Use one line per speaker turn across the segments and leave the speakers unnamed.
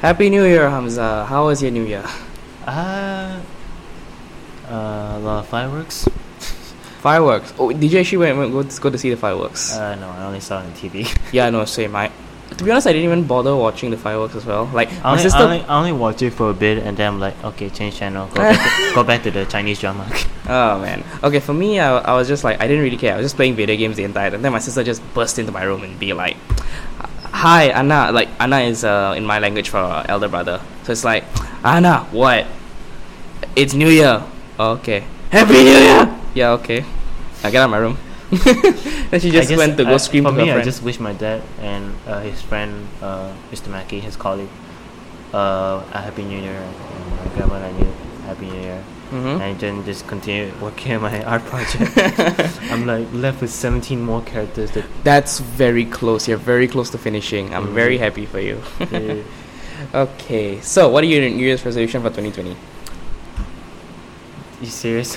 Happy New Year, Hamza. How was your New Year?
Uh, uh, a lot of fireworks.
Fireworks. Oh, did you actually went, went go, to, go to see the fireworks?
Uh, no, I only saw it on TV.
yeah, no, same. I, to be honest, I didn't even bother watching the fireworks as well. Like
I
my
only,
sister.
I only, I only watched it for a bit, and then I'm like, okay, change channel. Go back to, go back to the Chinese drama.
Oh man. Okay, for me, I, I was just like I didn't really care. I was just playing video games the entire time. Then my sister just burst into my room and be like, "Hi, Anna." Like Anna is uh, in my language for uh, elder brother. So it's like, Anna, what? It's New Year. Okay. Happy New Year. Yeah. Okay. I get out of my room. then she
I
just
guess-
went to go
I-
scream
for
to her
me. I
friend.
just wish my dad and uh, his friend, uh, Mr. Mackey, his colleague, uh, a happy New Year. And my grandma and I knew happy New Year.
Mhm.
And then just continue working on my art project. I'm like left with 17 more characters that
That's very close. You're very close to finishing. I'm
Mhm.
very happy for you.
they
Okay. So, what are your New Year's resolution for 2020?
You serious?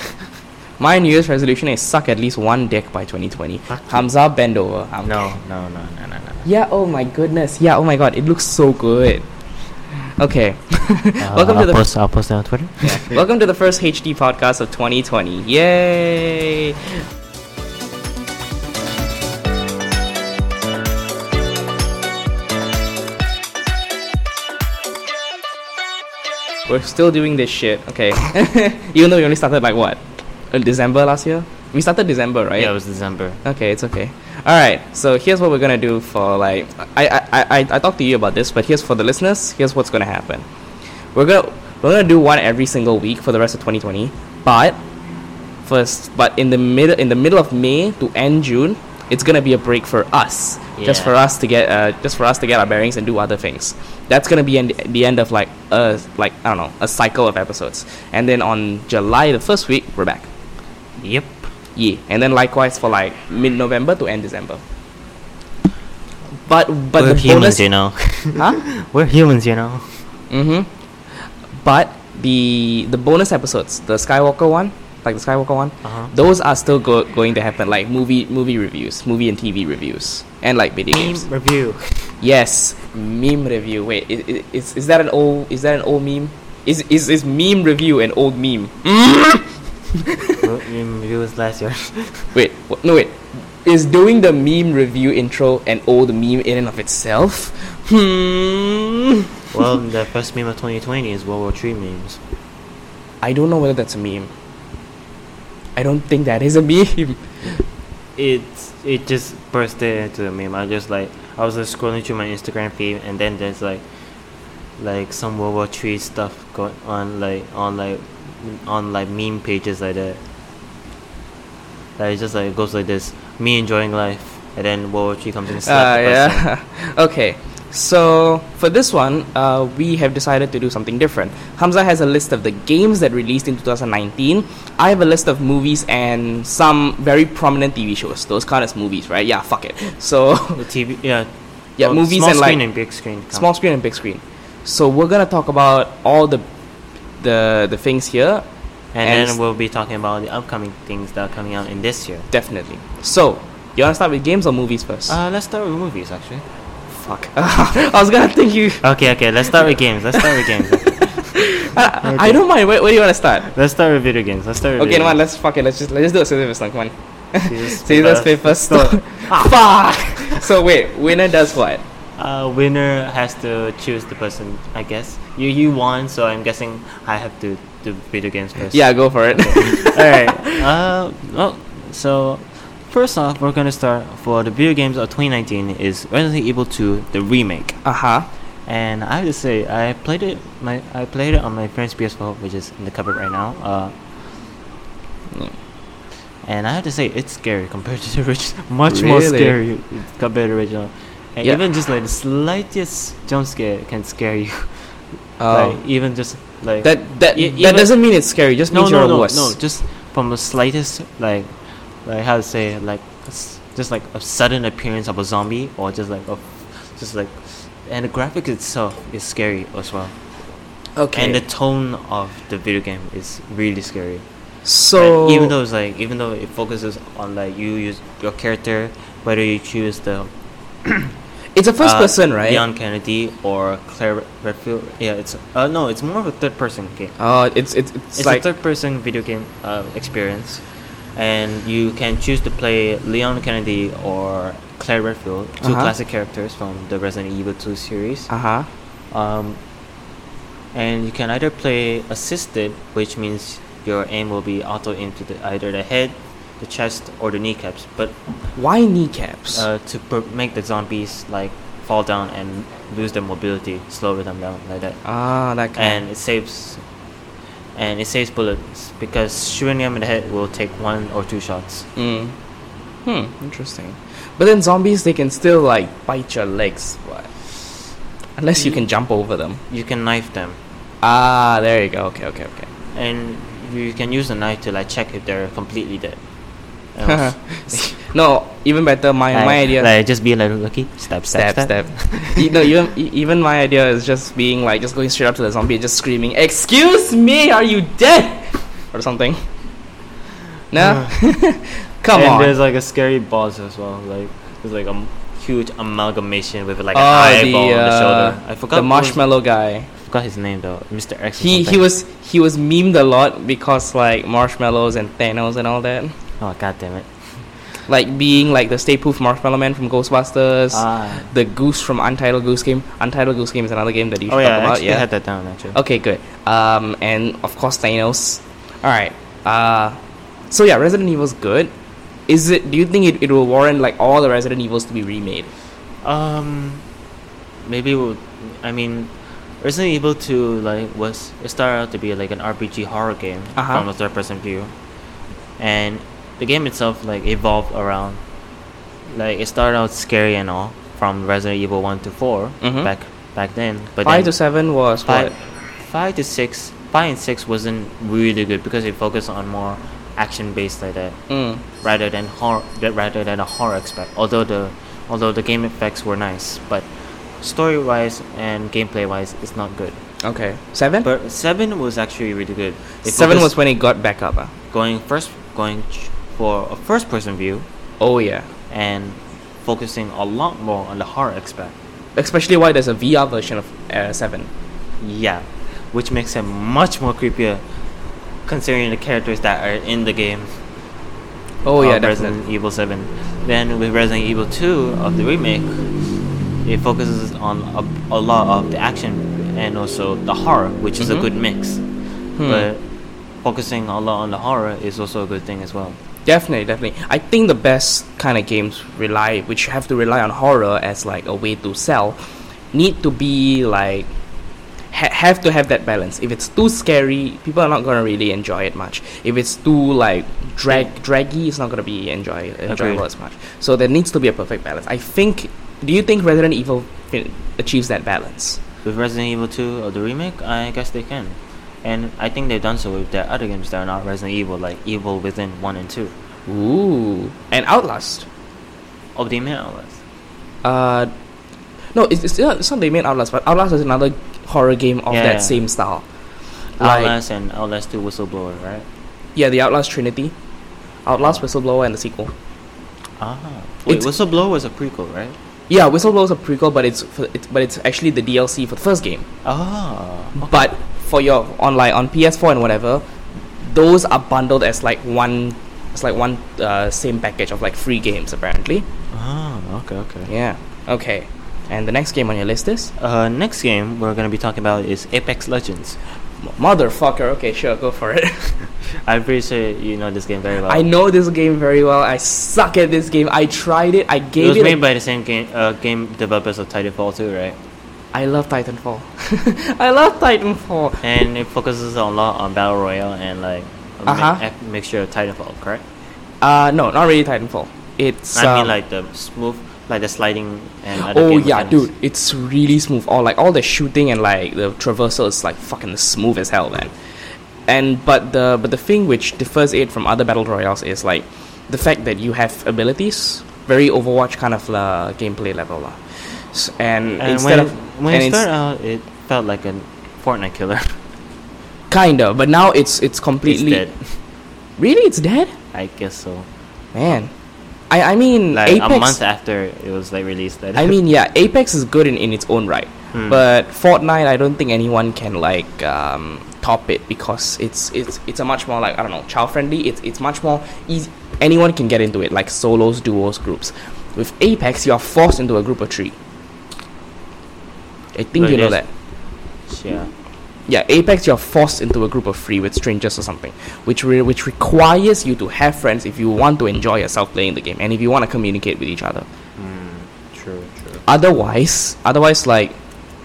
My New Year's resolution is suck at least one dick by 2020.
Fuck you.
Hamza, bend over. I'm
No, no, no, no, no, no.
Yeah. Oh my goodness. Yeah. Oh my god. It looks so good. Okay. Welcome to
Uh, I'll
the-
Post, I'll post it on Twitter.
Welcome to the first HD podcast of 2020. Yay! We're still doing this shit. Okay. Even though we only started like what? In December last year? We started December, right?
Yeah, it was December.
Okay, it's okay. All right, so here's what we're gonna do for like I I, I, I- I talked to you about this, but here's for the listeners. Here's what's gonna happen. We're gonna we're gonna do one every single week for the rest of 2020. But first, but in the middle in the middle of May to end June, it's gonna be a break for us, just
Yeah.
for us to get uh, just for us to get our bearings and do other things. That's gonna be end, the end of like a like I don't know a cycle of episodes. And then on July the first week, we're back.
Yep.
Yeah, and then likewise for like mid November to end December. But but
We're
the
humans,
bonus,
you know.
huh?
We're humans, you know.
mm-hmm. But the the bonus episodes, the Skywalker one, like the Skywalker one,
Uh-huh.
those are still go- going to happen. Like movie movie reviews, movie and TV reviews, and like video games.
review.
Yes, meme review. Wait, i- i- is is that an old is that an old meme? Is is is meme review an old meme?
review was last year.
Wait, wh- no, wait. Is doing the meme review intro an old meme in and of itself? Hmm.
well, the first meme of 2020 is World War Three memes.
I don't know whether that's a meme. I don't think that is a meme.
It's it just burst there into a meme. I just like I was just scrolling through my Instagram feed, and then there's like like some World War Three stuff going on, like on like on like meme pages like that. Like it's just like it goes like this: me enjoying life, and then World War Three comes in. and slaps
Uh,
the person.
yeah. okay. So for this one, uh, we have decided to do something different. Hamza has a list of the games that released in 2019. I have a list of movies and some very prominent TV shows. Those count as movies, right? Yeah. Fuck it. So
The TV, yeah,
Yeah,
Oh,
movies
small
and,
screen
like,
and big screen. count.
small screen and big screen. So we're gonna talk about all the the the things here,
and,
and s-
then we'll be talking about the upcoming things that are coming out in this year.
definitely. So you wanna start with games or movies first?
Uh, let's start with movies, actually.
Fuck. I was gonna think you.
Okay, okay, let's start with games. Let's start with games.
I, I don't mind. Where, where do you wanna start?
Let's start with video games. Let's start with
Okay, no,
video
one.
games.
Let's fuck it. Let's just let's just do a scissors paper. Come on.
Scissors,
Scissors
paper,
paper stone. Ah, Fuck. So wait, winner does what?
Uh, winner has to choose the person, I guess. You you won, so I'm guessing I have to do video games first.
Yeah, go for it.
Alright. Uh, well, so first off, we're gonna start for the video games of 2019 is Resident Evil 2, the remake.
Uh huh.
And I have to say, I played it. My I played it on my friend's PS4, which is in the cupboard right now. Uh,
Mm.
and I have to say, it's scary compared to the original. Much more
Really?
scary compared to the original. And
Yeah.
even just like the slightest jump scare can scare you.
Oh.
Like even just like
that that
E-
that
even-
doesn't mean it's scary. Just
no
means
no
you're
no
a wuss.
no just from the slightest like like how to say it, like s- just like a sudden appearance of a zombie or just like a just like and the graphic itself is scary as well.
okay.
And the tone of the video game is really scary.
so
Like, even though it's like even though it focuses on like you use your character, whether you choose the
It's a first
uh,
person, right?
Leon Kennedy or Claire Redfield. Yeah, it's uh no, it's more of a third person game.
Oh, it's it's it's,
It's
like
a third person video game uh, experience, and you can choose to play Leon Kennedy or Claire Redfield, 2
Uh-huh.
classic characters from the Resident Evil 2 series.
uh huh.
Um, and you can either play assisted, which means your aim will be auto aimed to the, either the head, the chest, or the kneecaps. But
Why kneecaps?
uh, to per- make the zombies like fall down and lose their mobility, slow them down like that.
ah, that kind.
And it saves, and it saves bullets because shooting them in the head will take one or two shots.
Mm. Hmm. Interesting. But then zombies, they can still like bite your legs, what? Unless you can jump over them.
You can knife them,
Ah, there you go. Okay, okay, okay.
and you can use a knife to like check if they're completely dead. And also-
No, even better. My
like,
my idea.
like, just be like lucky. Stab, stab,
Step, step. you know, even e- even my idea is just being like just going straight up to the zombie and just screaming, "Excuse me, are you dead?" or something. No, come
and
on.
there's like a scary boss as well. Like there's like a m- huge amalgamation with like an
Oh,
eyeball on the
uh,
shoulder. I forgot
the
what was-
marshmallow guy.
I forgot his name though. Mr. X. or
He he
something.
was he was memed a lot because like marshmallows and Thanos and all that,
Oh god damn it.
like being like the Stay Puft Marshmallow Man from Ghostbusters.
Ah.
the goose from Untitled Goose Game. Untitled Goose Game is another game that you should
Oh yeah,
talk
I
about.
actually
Yeah.
had that down actually.
Okay, good. Um, and of course Thanos. All right. Uh, so yeah, Resident Evil's good. Is it? Do you think it, it will warrant like all the Resident Evils to be remade?
Um, maybe we'll, I mean, Resident Evil Two like was it started out to be like an RPG horror game
Uh-huh.
from a third person view, and the game itself like evolved around, like it started out scary and all from Resident Evil One to 4
Mhm.
back back then, but
five
then
to seven was
five,
what?
five to six, five and six wasn't really good because it focused on more action based like that
Mm.
rather than horror that rather than a horror aspect. Although the although the game effects were nice, but story wise and gameplay wise, it's not good.
Okay, seven.
But seven was actually really good. It
seven was
focused
when it got back up. Uh.
going first going ch- for a first person view
Oh yeah,
and focusing a lot more on the horror aspect.
especially why there's a VR version of uh, seven.
Yeah, which makes it much more creepier, considering the characters that are in the game.
Oh yeah,
of
definitely.
Resident Evil 7. Then with Resident Evil 2 of the remake, it focuses on a, a lot of the action and also the horror, which is a
Mhm.
good mix.
Hmm.
But focusing a lot on the horror is also a good thing as well.
Definitely, definitely. I think the best kind of games rely, which have to rely on horror as like a way to sell, need to be like ha- have to have that balance. If it's too scary, people are not gonna really enjoy it much. If it's too like drag draggy, it's not gonna be enjoy enjoyable
Agreed.
as much. So there needs to be a perfect balance. I think. Do you think Resident Evil fin- achieves that balance?
With Resident Evil 2 of the remake, I guess they can. And I think they've done so with their other games that are not Resident Evil, like Evil Within 1 and 2.
Ooh, and Outlast.
Oh, they made Outlast.
Uh, no, it's, it's not. It's not the main Outlast, but Outlast is another horror game of
Yeah,
that
yeah.
same style. Like,
Outlast and Outlast 2 Whistleblower, right?
yeah, the Outlast Trinity, Outlast Whistleblower, and the sequel.
Ah. Wait,
It's-
Whistleblower was a prequel, right?
Yeah, Whistleblower is a prequel, but it's, for, it's but it's actually the DLC for the first game.
Ah.
But for your online on PS4 and whatever, those are bundled as like one. It's like one uh, same package of like free games apparently.
Ah, okay, okay.
Yeah. Okay. And the next game on your list is
Uh, next game we're gonna be talking about is Apex Legends.
motherfucker. Okay, sure, go for it.
I'm pretty sure you know this game very well.
I know this game very well. I suck at this game. I tried it. I
It
gave
was
it. a-
made by the same game uh, game developers of Titanfall 2, right?
I love Titanfall. I love Titanfall.
And it focuses a lot on battle royale and like a mi-
Uh-huh.
ac- mixture of Titanfall, correct?
Uh, no, not really Titanfall. It's
I mean
um,
like the smooth, like the sliding and other
oh
game
yeah,
mechanics.
dude, it's really smooth. All like all the shooting and like the traversal is like fucking smooth as hell, man. And but the but the thing which differs it from other battle royales is like the fact that you have abilities, very Overwatch kind of uh, gameplay level, lah. S- and,
And
instead
when
of
it, when
and
it
ins-
started out, it felt like a Fortnite killer.
kinda, but now it's it's
uh, it's
completely
dead.
really it's dead,
I guess so.
man. I I mean
like
Apex.
a month after it was like released.
I mean yeah, Apex is good in, in its own right.
Mm.
But Fortnite, I don't think anyone can like um, top it because it's it's it's a much more like I don't know child friendly. It's it's much more easy. Anyone can get into it, like solos, duos, groups. With Apex, you are forced into a group of three. I think
No,
you know
it is.
that.
yeah,
Yeah, Apex, you're forced into a group of three with strangers or something, which re- which requires you to have friends if you want to enjoy yourself playing the game and if you want to communicate with each other.
mm, true, true.
Otherwise, otherwise, like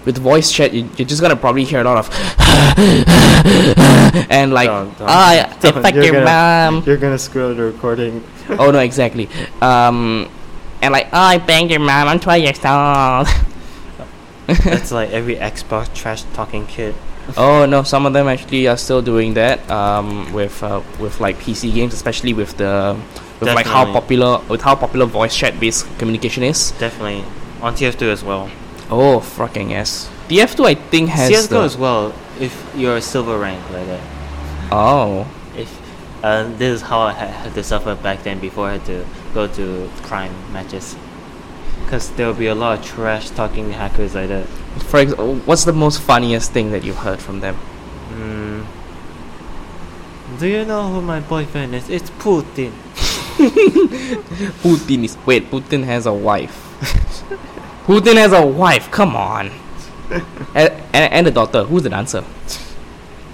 with voice chat, you, you're just gonna probably hear a lot of and like,
Don't- don't-
ah, oh,
don't.
fuck
You're
your
gonna-
mom.
You're gonna screw up the recording.
oh no, exactly. Um, and like, oh, I banged your mom. I'm 12 years old.
That's like every Xbox trash talking kid.
Oh no, some of them actually are still doing that um, with uh, with like PC games, especially with the with like how
Definitely.
popular with how popular voice chat based communication is.
Definitely on TF2 as well.
Oh fucking yes, DF2 I think has
CS:GO
the-
as well. If you're a silver rank like that.
oh
If uh, this is how I ha- had to suffer back then before I had to go to crime matches, because there will be a lot of trash talking hackers like that.
for ex- what's the most funniest thing that you've heard from them?
Mm. Do you know who my boyfriend is? It's Putin.
Putin is wait, Putin has a wife. Putin has a wife. Come on, and, and, and a daughter. Who's the dancer?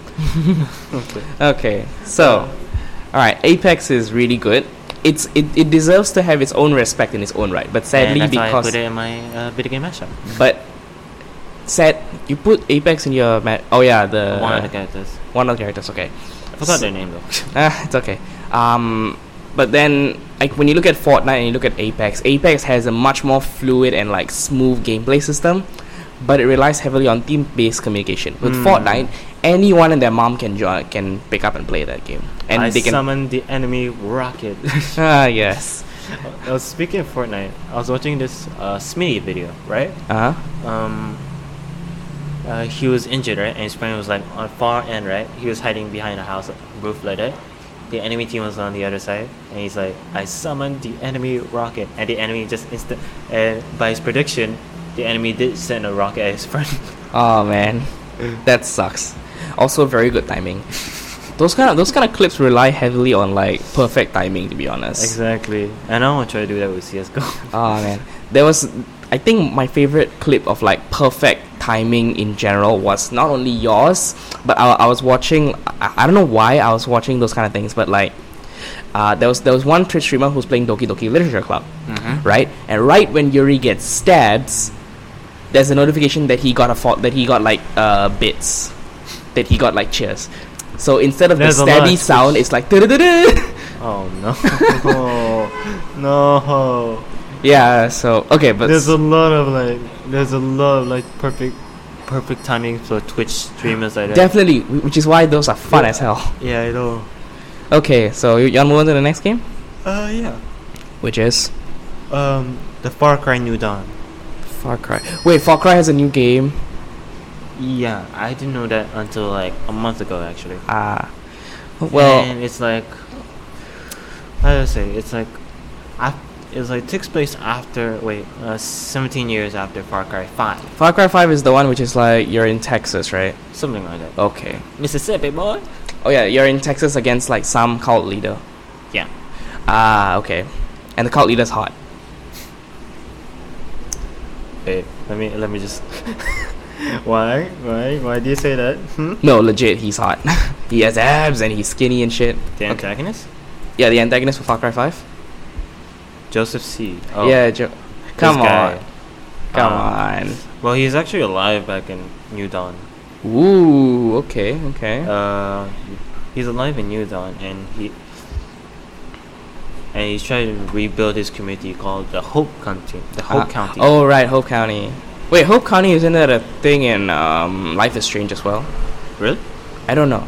Okay.
Okay, so, all right, Apex is really good. It's it, it deserves to have its own respect in its own right, but sadly
and that's why I
because
put it in my uh, video game mashup.
but sad you put Apex in your ma- oh yeah the
One of the characters.
one of the characters okay
I forgot their name though.
ah, it's okay um but then like when you look at Fortnite and you look at Apex Apex has a much more fluid and like smooth gameplay system but it relies heavily on team based communication with
Hmm.
Fortnite anyone and their mom can join can pick up and play that game and
I
they can
summoned the enemy rocket.
ah yes
I was speaking of Fortnite. I was watching this uh, Smitty video, right?
uh huh
um, uh, he was injured, right? And his friend was like on far end, right? He was hiding behind a house roof like that. The enemy team was on the other side, and he's like, "I summoned the enemy rocket," and the enemy just instant. And by his prediction, the enemy did send a rocket at his friend.
Oh man, that sucks. Also, very good timing. Those kind of those kind of clips rely heavily on like perfect timing, to be honest.
exactly. And I want to try to do that with CS:GO.
Oh man, there was I think my favorite clip of like perfect timing in general was not only yours, but I, I was watching. I, I don't know why I was watching those kind of things, but like. Uh, there was there was one Twitch streamer who's playing Doki Doki Literature Club,
Mhm.
right? And right when Yuri gets stabs, there's a notification that he got a fault that he got like uh, bits, that he got like cheers. So instead of
There's
the
a lot of
stabby
Twitch-
sound, it's like "Duh-duh-duh-duh."
Oh no! Oh, no!
yeah. So okay, but
there's a lot of like, there's a lot of like perfect, perfect timing for Twitch streamers like that.
Definitely, wh- which is why those are fun
Yeah.
as hell.
Yeah, I know.
Okay, so you, you want to move on to the next game,
Uh, yeah.
which is
Um, the Far Cry New Dawn.
Far Cry. Wait, Far Cry has a new game.
Yeah, I didn't know that until like a month ago, actually.
Ah, well,
and it's like, how do I say? It's like, af- it's like takes place after wait, uh, seventeen years after Far Cry Five,
Far Cry Five is the one which is like you're in Texas, right?
something like that.
Okay.
Mississippi boy.
Oh yeah, you're in Texas against like some cult leader.
Yeah.
Ah, okay. And the cult leader's hot.
Wait, let me let me just. Why? Why? Why do you say that? Hmm?
No, legit, he's hot. he has abs and he's skinny and shit. Okay.
The antagonist,
Yeah, the antagonist for Far Cry Five.
Joseph C.
Yeah, jo-
Oh. this
come
guy.
on, come
Um,
on.
Well, he's actually alive back in New Dawn.
Ooh, okay, okay.
Uh, he's alive in New Dawn, and he and he's trying to rebuild his community called the Hope County. The
Ah,
Hope County.
Oh right, Hope County. Wait, Hope County isn't that a thing in um, Life is Strange as well?
really?
I don't know.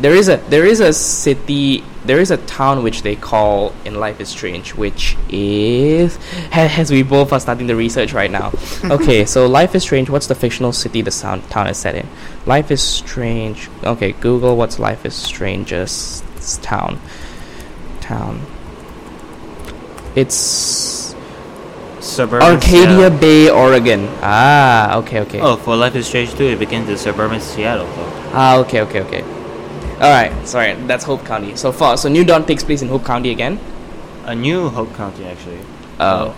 There is a there is a city there is a town which they call in Life is Strange, which is as, as we both are starting the research right now. Okay, so Life is Strange. What's the fictional city the sound, town is set in? Life is Strange. Okay, Google what's Life is Strange's town. Town. It's
Suburban
Arcadia
Seattle.
Bay, Oregon. Ah, okay, okay.
Oh, for Life is Strange 2, it became the Suburban Seattle, though.
Ah, okay, okay, okay. All right, sorry, that's Hope County. So far, so New Dawn takes place in Hope County again.
A new Hope County, actually.
Oh,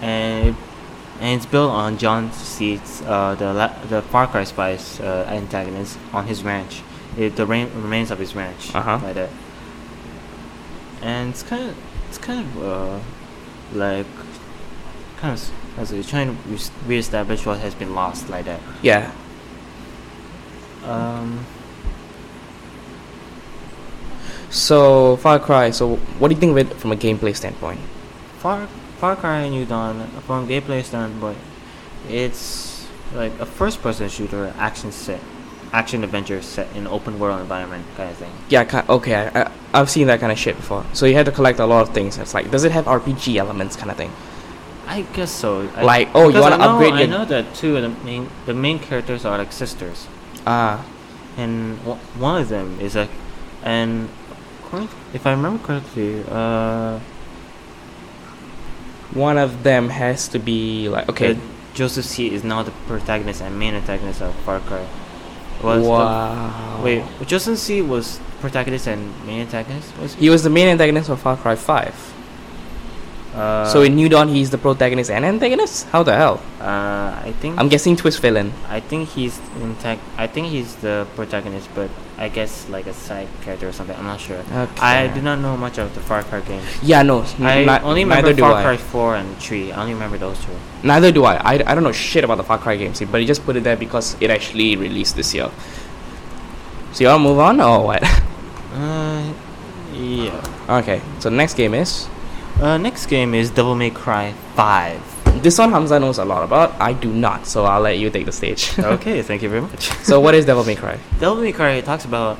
And, and it's built on John Seeds, uh, the, la- the Far Cry Spice uh, antagonist, on his ranch. It, the rain- remains of his ranch.
Uh-huh.
Like that. And it's kind of, it's kind of, uh, like, kind of, s- how's it, trying to re- reestablish what has been lost, like that.
yeah.
Um,
So Far Cry. So what do you think of it from a gameplay standpoint?
Far Far Cry New Dawn, from gameplay standpoint, it's like a first-person shooter action set, action adventure set in open world environment kind of thing.
Yeah, ki okay, I, I, I've seen that kind of shit before. So you had to collect a lot of things. It's like, does it have RPG elements, kind of thing?
I guess so. I,
Like, oh, you
because I
wanna
know-
upgrade
I
your-
know that two of the main the main characters are like sisters,
Ah,
and w- one of them is like, and according- if I remember correctly, uh,
one of them has to be like okay.
the Joseph C is now the protagonist and main antagonist of Far Cry. Was-
wow.
Wait, Justin C was protagonist and main antagonist, was he?
He was the main antagonist of Far Cry Five.
Uh,
so in New Dawn, he's the protagonist and antagonist. How the hell?
uh, I think
I'm guessing twist villain.
I think he's intact. I think he's the protagonist, but I guess like a side character or something. I'm not sure.
Okay.
I do not know much of the Far Cry games.
Yeah, no.
I
ni-
only
neither
remember
do
Far
I.
Cry 4 and 3. I only remember those two.
Neither do I. I. I don't know shit about the Far Cry games, but he just put it there because it actually released this year. So you all move on or what?
Uh, yeah.
okay. So the next game is
Uh, next game is Devil May Cry 5.
this one. Hamza knows a lot about. I do not. So I'll let you take the stage.
okay, thank you very much.
so what is Devil May Cry?
Devil May Cry talks about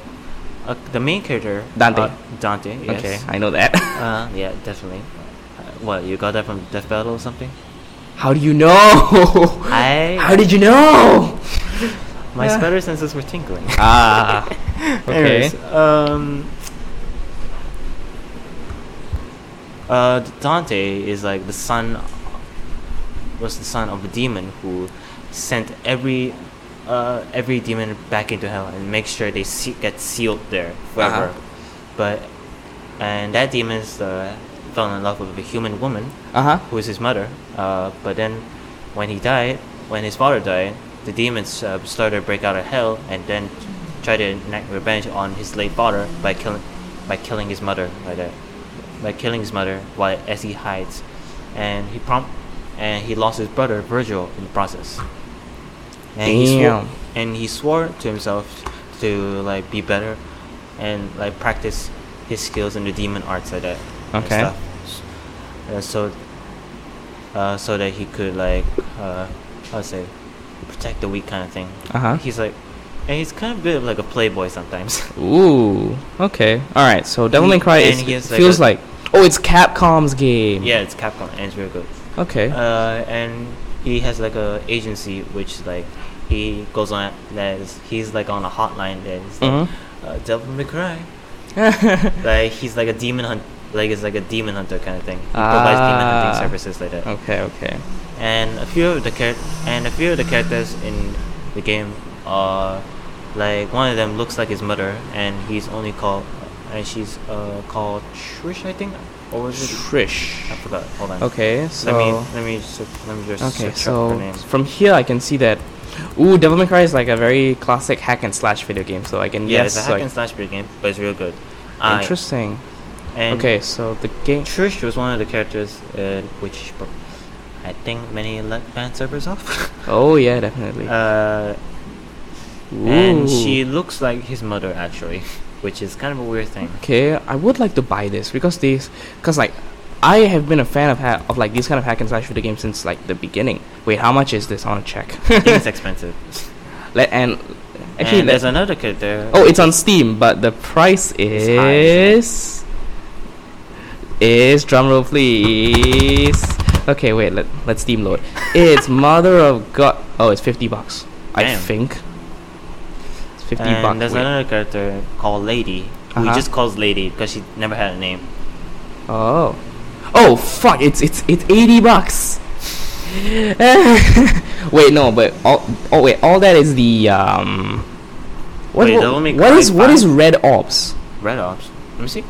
uh, the main character
Dante.
uh, Dante. Yes.
Okay, I know that.
Uh, yeah, definitely. Uh, what you got that from Death Battle or something?
How do you know?
I
How did you know?
my
Yeah.
spider senses were tingling.
Ah. Okay.
Anyways, um, uh, Dante is like the son. Was the son of a demon who sent every, uh, every demon back into hell and make sure they se- get sealed there forever.
Uh-huh.
But, and that demon uh, fell in love with a human woman
Uh huh.
who is his mother. Uh, but then, when he died, when his father died, the demons uh, started to break out of hell and then try to enact revenge on his late father by killing by killing his mother by that by killing his mother while as he hides, and he prompt and he lost his brother Virgil in the process. And he swore,
Damn.
and he swore to himself to like be better and like practice his skills in the demon arts like that. and
Okay.
stuff. S- uh, so uh, so that he could like uh, I'd say protect the weak kind of thing.
Uh huh.
He's like, and he's kind of a bit of like a playboy sometimes.
Oow. Okay. All right. So Devil May
He-
Cry
and
is,
he has, like,
feels
a-
like oh, it's Capcom's game.
yeah, it's Capcom and it's real good.
Okay.
Uh, and he has like a agency which like he goes on that is, he's like on a hotline that is
Mhm.
like, uh, Devil May Cry. like he's like a demon hunt, like it's like a demon hunter kind of thing. He provides demon
Ah.
hunting services like that.
Okay. Okay.
and a few of the char- and a few of the characters in the game are like one of them looks like his mother, and he's only called and she's uh, called Trish, I think, or was it? I
Trish.
forgot. Hold on.
Okay.
Let me
So.
let me search, let me just
Okay.
search up her
So
name.
from here, I can see that. Ooh, Devil May Cry is like a very classic hack and slash video game. So I can
Yeah,
guess
it's a hack
like
and slash video game, but it's real good. I-
interesting.
and
okay. So the game.
Trish was one of the characters uh, which pro- I think many let fan servers off.
Oh yeah, definitely.
uh, and
Ooh.
she looks like his mother actually, which is kind of a weird thing.
Okay, I would like to buy this because these, because like, I have been a fan of ha- of like these kind of hack and slash shooter games since like the beginning. Wait, how much is this? I want to check.
I think it's expensive.
Let and actually,
and there's
let,
another character.
oh, it's on Steam, but the price
It's high, isn't
is is drumroll please. Okay, wait, let let Steam load. It's Mother of God. Oh, it's fifty bucks. I
Damn.
think. It's fifty
and
bucks.
there's
wait.
another character called Lady, who he
Uh-huh.
just calls Lady because she never had a name.
Oh. Oh fuck! It's it's it's eighty bucks. wait, no, but all oh wait, all that is the um. What,
Wait,
what-
that will make
what
like
is what
five.
is red orbs?
Red Ops. Let me see.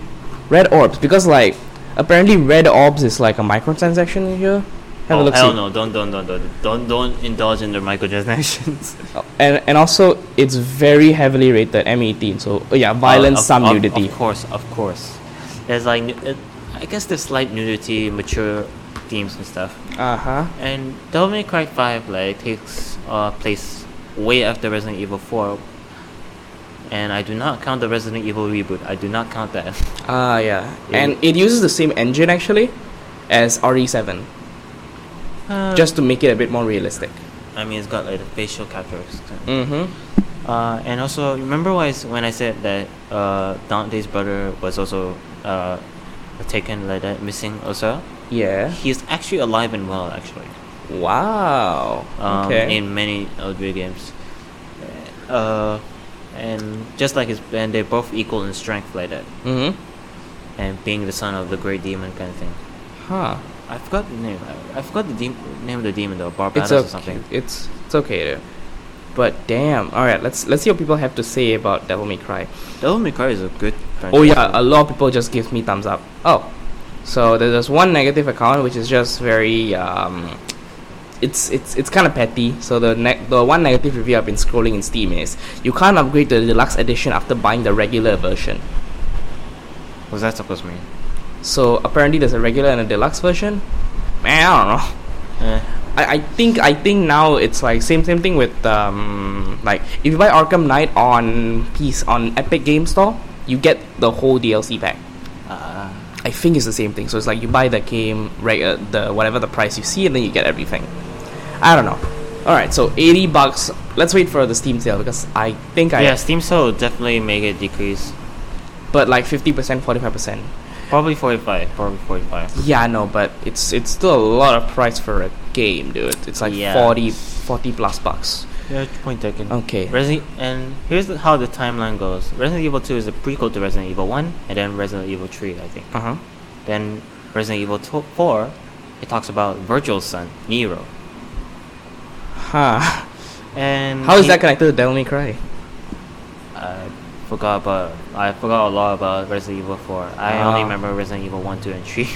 Red orbs because like apparently red orbs is like a microtransaction here. Have
oh,
a look.
hell no! Don't don't don't don't don't don't indulge in the microtransactions.
And and also it's very heavily rated M18. So oh, yeah, violence,
Of-
some
of-
nudity.
Of course, of course. There's like, nu- it, I guess there's slight nudity, mature themes and stuff.
Uh huh.
And Devil May Cry 5 like takes uh, place way after Resident Evil 4. And I do not count the Resident Evil reboot. I do not count that.
Ah yeah.
Yeah.
and it uses the same engine actually as RE7,
Uh,
just to make it a bit more realistic.
I mean, it's got like the facial captures.
Mm-hmm.
Uh, and also, remember why s- when I said that uh, Dante's brother was also uh, taken like that, missing also?
Yeah.
He's actually alive and well, actually.
Wow.
um,
okay.
in many other video games. Uh, and just like his, and they're both equal in strength like that,
mm-hmm.
and being the son of the great demon kind of thing.
Huh.
I forgot the name. I- I forgot the de- name of the demon though,
It's
Barbados or
okay.
something.
It's it's okay there. But damn. All right. Let's let's see what people have to say about Devil May Cry.
Devil May Cry is a good.
Oh
franchise.
yeah, a lot of people just give me thumbs up. Oh, so there- there's one negative account which is just very um, it's it's it's kind of petty. So the ne- the one negative review I've been scrolling in Steam is you can't upgrade to the deluxe edition after buying the regular version.
What's that supposed to mean?
So apparently there's a regular and a deluxe version. Man, I don't know.
Eh,
I, I think I think now it's like same same thing with um like if you buy Arkham Knight on piece on Epic Game Store, you get the whole DLC pack.
uh,
I think it's the same thing. So it's like you buy the game, right? Uh, the whatever the price you see, and then you get everything. I don't know. All right, so eighty bucks. Let's wait for the Steam sale because I think I
yeah, Steam sale will definitely make it decrease.
but like fifty percent, forty five percent.
Probably forty-five. Probably forty-five.
Yeah, I know, but it's it's still a lot of price for a game, dude. It's like
Yeah.
forty, forty 40, 40 plus bucks.
Yeah, point taken.
Okay.
Resident and here's the- how the timeline goes. Resident Evil 2 is a prequel to Resident Evil 1, and then Resident Evil 3, I think.
Uh huh.
Then Resident Evil 2, 4, it talks about Virgil's son, Nero.
Huh.
And
How is
he-
that connected to Devil May Cry?
I forgot about I forgot a lot about Resident Evil 4. I only
Ah.
remember Resident Evil 1, 2, and 3.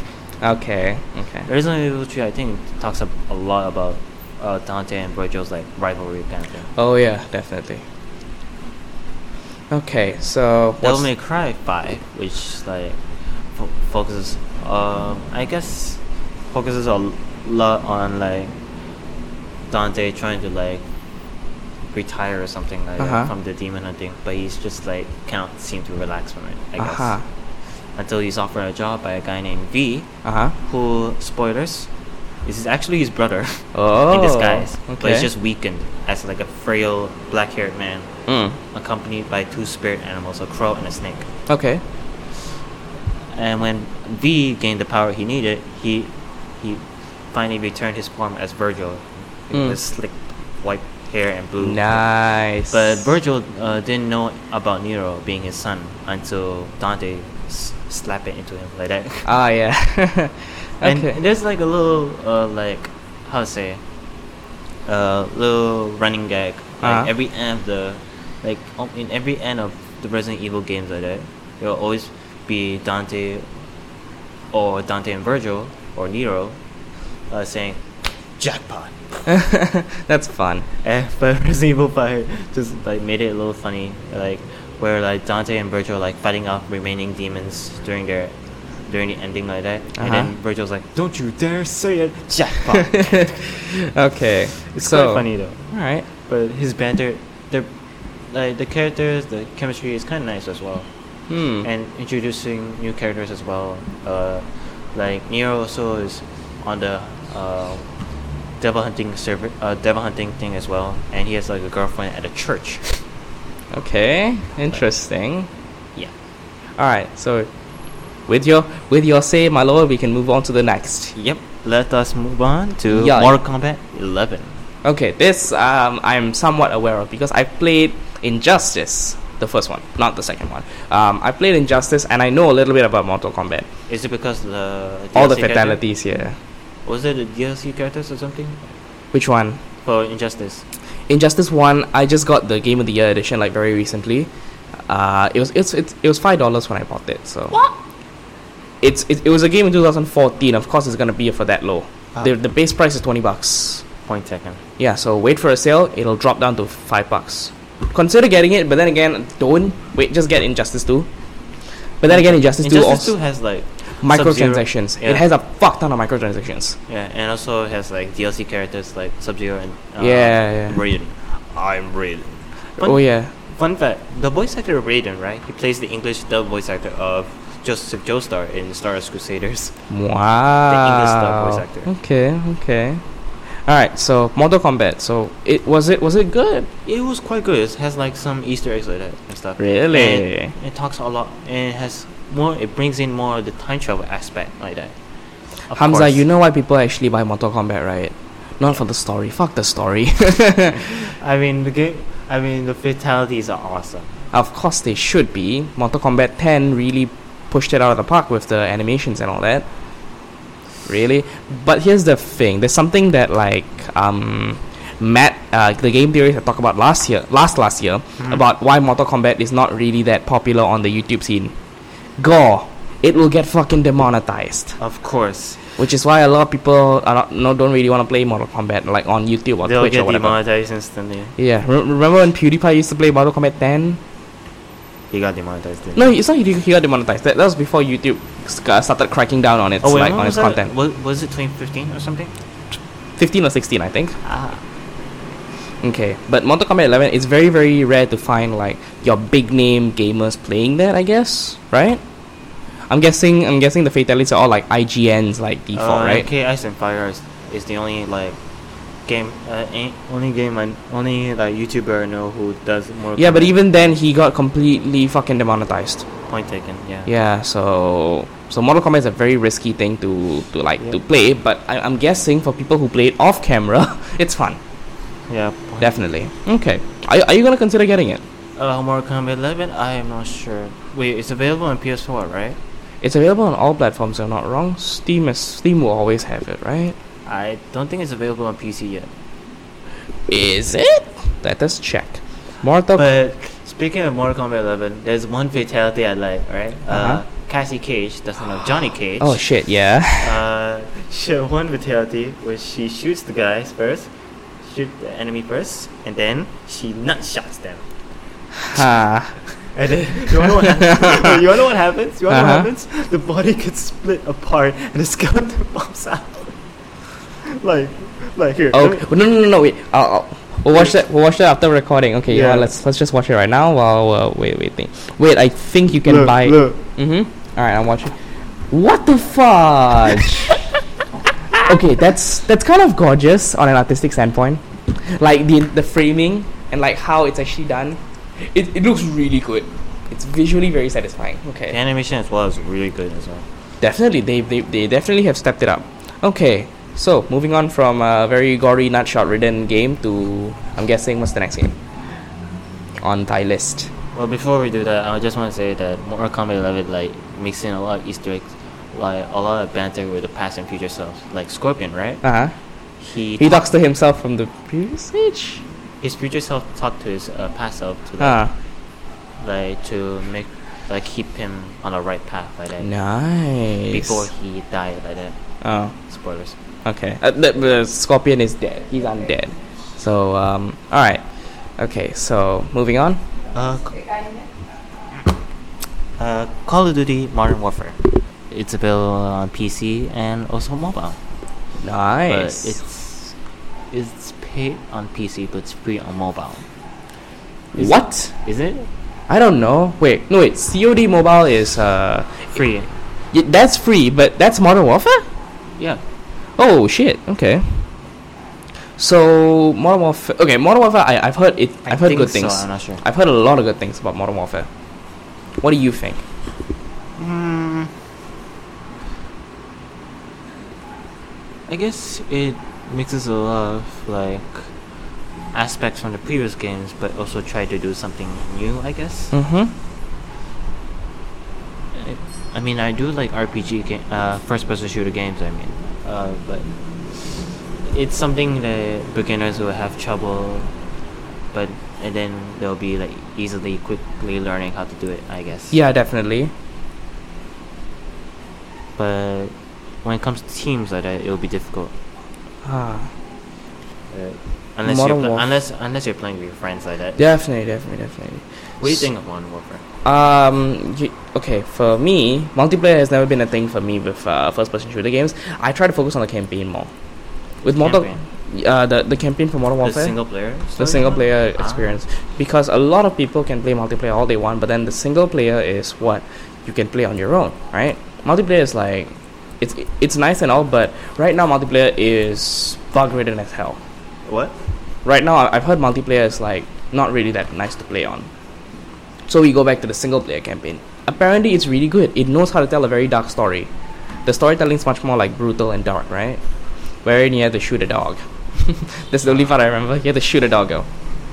Okay. Okay.
Resident Evil 3, I think, talks a, a lot about uh, Dante and Virgil's like rivalry kind of thing.
Oh yeah, definitely. Okay, so
Devil
what's-
May Cry 5, which like fo- focuses, um, I guess, focuses a lot on like Dante trying to like retire or something like
Uh-huh.
that from the demon hunting, but he's just like cannot seem to relax from it. I guess
Uh-huh.
until he's offered a job by a guy named V,
Uh huh.
who spoilers, is actually his brother
Oh.
in disguise, but
okay.
he's just weakened as like a frail black-haired man
Mm.
accompanied by two spirit animals, a crow and a snake.
Okay.
And when V gained the power he needed, he he finally returned his form as Virgil,
Mm.
with his slick white hair and blue.
Nice.
But Virgil uh, didn't know about Nero being his son until Dante s- slapped it into him like that.
Ah, yeah. okay.
And there's like a little uh, like how to say, uh, little running gag.
Uh-huh.
Like every end of the, like um, in every end of the Resident Evil games like that, there'll always be Dante, or Dante and Virgil or Nero, uh, saying, jackpot.
That's fun.
Eh, but Resident Evil Five just like made it a little funny, like where like Dante and Virgil like fighting off remaining demons during their during the ending like that, and
Uh-huh.
then Virgil's like, "Don't you dare say it, jackpot!"
okay.
it's
so,
quite funny though.
All right.
But his banter, the like the characters, the chemistry is kind of nice as well,
Hmm.
and introducing new characters as well. Uh, like Nero also is on the uh, devil hunting server, uh, devil hunting thing as well, and he has like a girlfriend at a church.
okay. Interesting.
Yeah.
All right. So, with your with your say, my lord, we can move on to the next.
Yep. Let us move on to
Yeah.
Mortal Kombat 11.
Okay. This um, I'm somewhat aware of because I played Injustice, the first one, not the second one. Um, I played Injustice, and I know a little bit about Mortal Kombat.
Is it because the
All the
DLC character-
fatalities, yeah.
Was it the DLC characters or something
Which one?
for Injustice?
Injustice One. I just got the Game of the Year edition like very recently. Uh, it was it's, it's it was five dollars when I bought it. So
What?
It's it, it was a game in 2014. Of course, it's gonna be for that low.
Uh,
The the base price is twenty bucks.
Point second.
Yeah, so wait for a sale. It'll drop down to five bucks. Consider getting it, but then again, don't wait. Just get Injustice Two. But then again, Injustice,
Injustice
Two also
has like Sub-Zero.
microtransactions. It
Yeah.
has a fuck ton of microtransactions.
yeah, and also has like DLC characters like Sub Zero and uh,
yeah, yeah.
Raiden. I'm Raiden. Fun,
Oh yeah.
fun fact: the voice actor of Raiden, right? He plays the English dub voice actor of Joseph Joestar in Star Wars Crusaders.
Ah. Wow.
voice actor.
Okay, okay. All right. So Mortal Kombat. So it was it was it good?
It was quite good. It has like some Easter eggs like that and stuff.
Really?
And it talks a lot and it has more. It brings in more of the time travel aspect like that. Of
Hamza,
course.
you know why people actually buy Mortal Kombat, right? Not for the story. Fuck the story.
I mean the game. I mean the fatalities are awesome.
of course they should be. Mortal Kombat 10 really pushed it out of the park with the animations and all that. Really, but here's the thing: there's something that like um, Matt, uh, the game theorist, had talked about last year, last last year,
Hmm.
about why Mortal Kombat is not really that popular on the YouTube scene. Gore, it will get fucking demonetized,
Of course,
which is why a lot of people are not, no don't really want to play Mortal Kombat like on YouTube or
they'll
Twitch or
get
whatever.
demonetized instantly.
yeah, re- remember when PewDiePie used to play Mortal Kombat 10?
He got demonetized. didn't
No,
he?
it's not he, he got demonetized. That, that was before YouTube s- uh, started cracking down on its
Oh, wait,
like
when
on its
was that?
content.
Was, was it 2015 or something?
Fifteen or sixteen, I think.
Ah,
Okay, but Mortal Kombat 11 it's very very rare to find like your big name gamers playing that. I guess right. I'm guessing I'm guessing the fatalities are all like IGN's like default,
uh,
E right?
Okay, Ice and Fire is, is the only like game, uh, ain't- only game, I, only like YouTuber I know who does more.
Yeah, but even then he got completely fucking demonetized.
point taken. Yeah.
Yeah, so so Mortal Kombat is a very risky thing to to like
Yeah.
to play, but I, I'm guessing for people who play it off camera, it's fun.
Yeah. point-
Definitely. Okay. Are, are you gonna consider getting it?
Uh, Mortal Kombat 11. I am not sure. Wait, it's available on PS4, right?
It's available on all platforms. If I'm not wrong. Steam is Steam will always have it, right?
I don't think it's available on PC yet.
Is it? Let us check. Mortal.
But speaking of Mortal Kombat 11, there's one fatality I like, right? uh
Uh-huh.
Cassie Cage, that's the name of Johnny Cage.
oh shit! Yeah.
uh, show one fatality where she shoots the guys first, shoot the enemy first, and then she nut shots them.
Ha.
And then you wanna what happens? you wanna what happens? You wanna
Uh-huh.
what happens? The body gets split apart and the skeleton pops out. like, like here.
Oh
let me-
no no no no wait. I'll, I'll, we'll watch that. We'll watch that after recording. Okay. Yeah.
Yeah.
let's let's just watch it right now. While uh, wait wait think. Wait, I think you can
look,
buy.
Look.
Mhm. All right, I'm watching. What the fudge? okay, that's that's kind of gorgeous on an artistic standpoint. Like the the framing and like how it's actually done, it, it looks really good. It's visually very satisfying.
The
Okay,
animation as well is really good as well.
definitely they they, they definitely have stepped it up. Okay, so moving on from a very gory nutshot ridden game to I'm guessing what's the next game on Thai list.
Well, before we do that, I just want to say that Mortal Kombat 11 like mixing a lot of Easter eggs, like a lot of banter with the past and future selves. Like Scorpion, right?
Uh huh.
He,
He
talk-
talks to himself from the previous stage.
his future self talked to his uh, past self to like,
Huh.
like to make like keep him on the right path like that
Nice.
before he died like that.
Oh,
Spoilers.
okay. Uh, the, the scorpion is dead. He's undead. So, um, all right. Okay, so moving on.
Uh, c- uh, Call of Duty Modern Warfare. It's available on PC and also mobile. But
Nice.
it's it's paid on PC, but it's free on mobile. Is
what?
Is it
I don't know. Wait, no, wait. COD Mobile is uh,
free?
y- that's free, but that's Modern Warfare.
Yeah.
Oh shit. Okay. So Modern Warfare. Okay, Modern Warfare. I, I've heard it. I've heard
think
good
so,
things.
I'm not sure.
I've heard a lot of good things about Modern Warfare. What do you think?
Mm, I guess it mixes a lot of like aspects from the previous games, but also try to do something new. I guess.
Mm-hmm.
I, I mean, I do like RPG, ga- uh, first-person shooter games. I mean, uh, but it's something that beginners will have trouble, but and then they'll be like easily, quickly learning how to do it. I guess.
Yeah, definitely.
But when it comes to teams like that, it'll be difficult. uh,
Ah,
Unless
Modern
you're pla-
Warfare.
unless unless you're playing with your friends like that.
definitely, definitely, definitely.
What do you think of Modern Warfare?
Um, y- okay, for me, multiplayer has never been a thing for me with uh, first-person shooter games. I try to focus on the campaign more. With Mortal,
Campaign.
uh, the the campaign for Modern
the
Warfare,
single player.
the
story
single
mode?
player
Ah.
experience because a lot of people can play multiplayer all they want but then the single player is what you can play on your own right multiplayer is like it's it's nice and all but right now multiplayer is bug ridden as hell
What?
right now I- i've heard multiplayer is like not really that nice to play on so we go back to the single player campaign apparently it's really good it knows how to tell a very dark story the storytelling is much more like brutal and dark right wherein you have to shoot a dog that's the only part i remember you have to shoot a doggo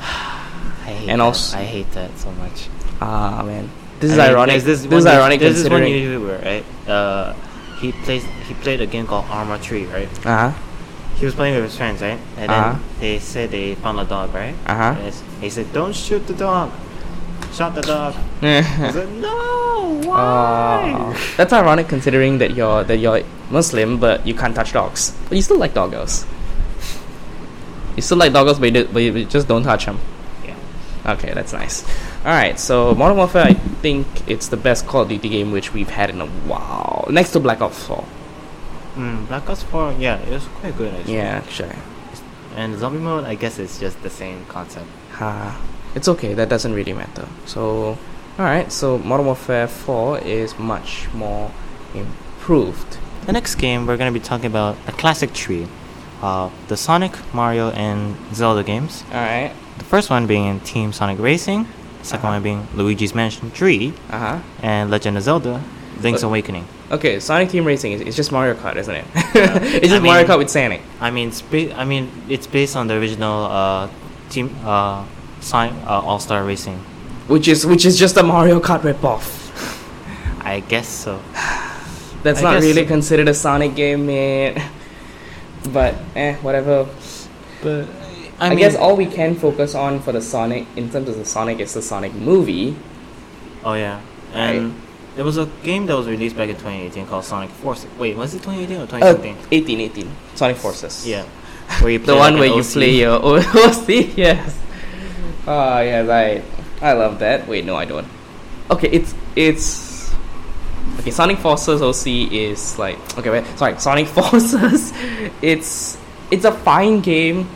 I hate
And
that.
also-
I hate that so much.
Ah man, this
I
is
mean,
ironic.
there's
This,
one
is
you-
ironic
There's this one
considering.
YouTuber, right? Uh, he plays. He played a game called Armor Tree, right?
Uh huh.
He was playing with his friends, right? And
Uh-huh.
then they said they found a dog, right?
Uh
And it's- He said, "Don't shoot the dog. Shot the dog." I
huh.
said, "No, why?"
that's ironic considering that you're that you're Muslim, but you can't touch dogs. But you still like doggos. You still like doggos, but you, do- but you- but you just don't touch them.
Yeah.
Okay, that's nice. All right, so Modern Warfare, I think it's the best Call of Duty game which we've had in a while, next to Black Ops Four.
Mm, Black Ops 4, yeah, it was quite good actually.
Yeah, sure.
And zombie mode, I guess it's just the same concept.
Ha. It's okay, that doesn't really matter. So, alright, so Modern Warfare 4 is much more improved.
The next game we're gonna be talking about a classic tree, uh, the Sonic, Mario, and Zelda games.
Alright,
The first one being in Team Sonic Racing, 2nd
Uh-huh.
one being Luigi's Mansion 3,
uh huh.
and Legend of Zelda: Link's
Uh,
Awakening.
Okay, Sonic Team Racing is it's just Mario Kart, isn't it?
I
it's just Mario
mean-
Kart with Sonic.
I mean, it's ba- I mean, it's based on the original uh, Team uh, Sonic uh, All Star Racing.
Which is which is just a Mario Kart ripoff.
I guess so.
That's
I
not
guess-
really considered a Sonic game, man. But eh, whatever.
But
I, guess all we can focus on for the Sonic in terms of the Sonic is the Sonic movie.
Oh yeah, and there was a game that was released back in 2018 called Sonic Force. Wait, was it 2018 or
Uh,
2017?
18, 18. Sonic Forces.
yeah, where you
The
like,
one
an
where you
OC.
play your own OC, yes. Oh yes, I I love that. Wait, no, I don't. Okay, it's it's okay. Sonic Forces OC is like okay, wait, sorry, Sonic Forces. It's it's a fine game,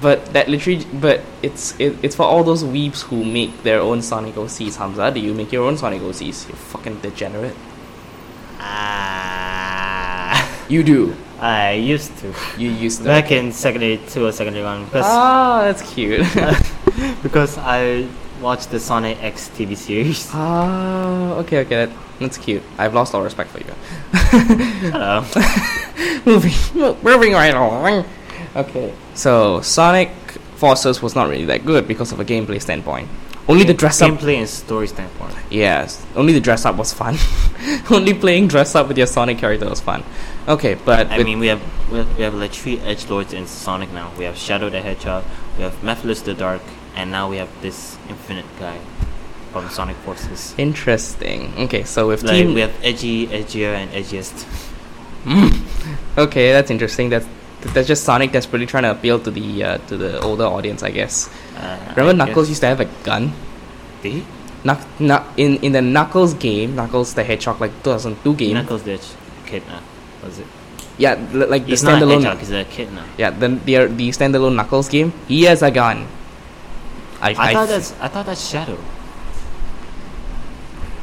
but that literally, but it's it, it's for all those weebs who make their own Sonic OCs. Hamza, do you make your own Sonic OCs? You fucking degenerate.
Ah,
You do.
I used to
You used to.
back in secondary two or secondary one because
Ah, that's cute.
because I watched the Sonic X TV series.
Ah, okay, okay, that, that's cute. I've lost all respect for you.
Hello.
moving, moving right along. Okay, so Sonic Forces was not really that good because of a gameplay standpoint. Only the dress up,
gameplay and story standpoint.
yes. Only the dress up was fun. only playing dress up with your Sonic character was fun. Okay, but
I
with-
mean, we have we have, we have like three edge lords in Sonic now. We have Shadow the Hedgehog, we have Mephiles the Dark, and now we have this Infinite guy from Sonic Forces.
interesting. Okay, so with
Like
team,
we have edgy, edgier, and edgiest.
Okay, that's interesting. That's that's just Sonic desperately trying to appeal to the uh, to the older audience, I guess.
Uh,
Remember,
I
Knuckles
guess-
used to have a gun.
Did he?
Knuck, knuck, in, in the Knuckles game, Knuckles the Hedgehog, like 2002 game.
Knuckles the Hedge- kid now. Was it?
Yeah, l- like the
He's not a
standalone.
hedgehog. He's a kid now.
yeah, the, the the standalone Knuckles game. He has a gun. I,
I, thought
f-
that's I thought that's Shadow.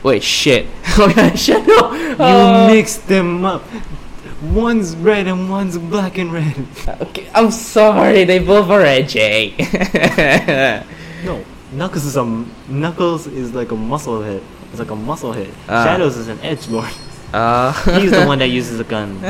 wait shit. okay, shit. No. Uh.
you mixed them up. One's red and one's black and red.
okay, I'm sorry. They both are edgy.
No, Knuckles is a m- Knuckles is like a muscle head. It's like a muscle head.
Ah.
Shadows is an edge lord.
Uh,
He's the one that uses a gun,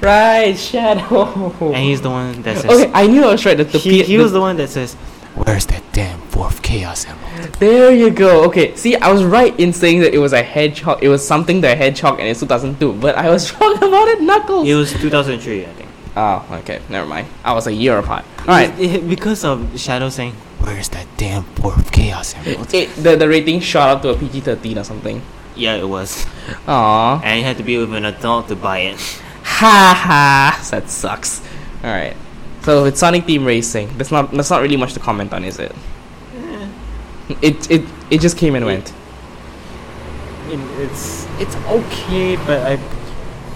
right, Shadow.
and he's the one that says.
okay, I knew I was right. The, the,
he,
P-
he
the-
was the one that says, "Where's that damn fourth chaos emerald?"
There you go. Okay, see, I was right in saying that it was a hedgehog. It was something the hedgehog, and it's 2002. But I was wrong about it, Knuckles.
It was 2003, I think.
oh, okay, never mind. I was a year apart. All right.
It- it- because of Shadow saying, "Where's that damn fourth chaos emerald?"
It, the, the rating shot up to a PG 13 or something.
yeah, it was,
Aww.
and you had to be with an adult to buy it.
Ha ha. That sucks. Alright. So it's Sonic Team Racing. That's not that's not really much to comment on, is it? It it it just came and
It-
went.
It, it's it's okay, but I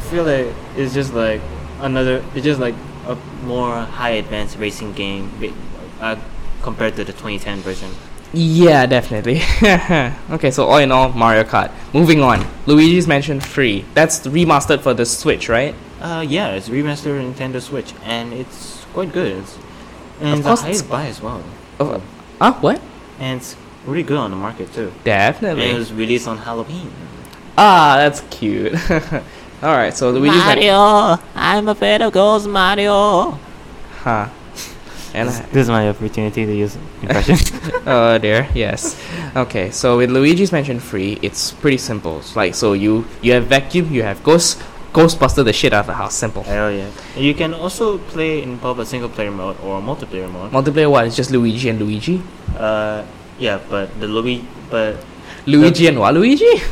feel like it's just like another. It's just like a more high advanced racing game bi- uh, compared to the 2010 version.
Yeah, definitely. okay, so all in all, Mario Kart. Moving on. Luigi's Mansion 3. That's remastered for the Switch, right?
Uh, yeah, it's remastered on Nintendo Switch, and it's quite good. It's, and
Of
the
course
highest
it's-
buy as well,
Oh, uh, what?
and it's really good on the market too. And it
Definitely.
was released on Halloween.
Ah, that's cute. Alright, so Luigi's Mansion.
I'm afraid of ghosts, Mario.
Huh. And I-
this is my opportunity to use impression.
Oh dear, yes. Okay, so with Luigi's Mansion 3, it's pretty simple. It's like so you you have vacuum, you have ghost, ghostbuster the shit out of the house. Simple.
Hell yeah! And you can also play in both a single player mode or a multiplayer mode.
Multiplayer what? It's just Luigi and Luigi.
Uh, yeah, but the Luigi, but
Luigi and Waluigi.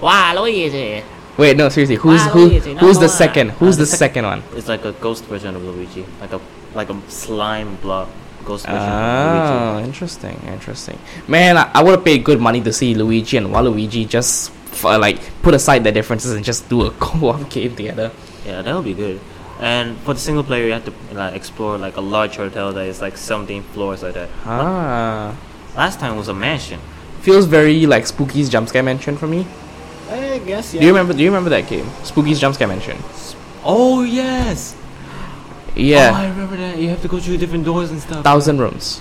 Wow, Luigi.
Wait, no, seriously, who's who?
Waluigi,
Who's the
number one.
second? Who's
Uh, the
the
sec-
second one?
it's like a ghost version of Luigi, like a like a slime block ghost version of Luigi.
Oh, interesting, interesting. Man, I, I would have paid good money to see Luigi and Waluigi just for, like put aside their differences and just do a co-op game together.
Yeah, that would be good. And for the single player, you have to like explore like a large hotel that is like 17 floors like that.
Ah,
Last time was a mansion.
feels very like Spooky's jump scare mansion for me.
I guess
Do you remember? Do you remember that game, Spooky's Jump Scare Mansion?
Oh yes. Oh, I
Yeah,
remember that. You have to go through different doors and stuff.
thousand rooms,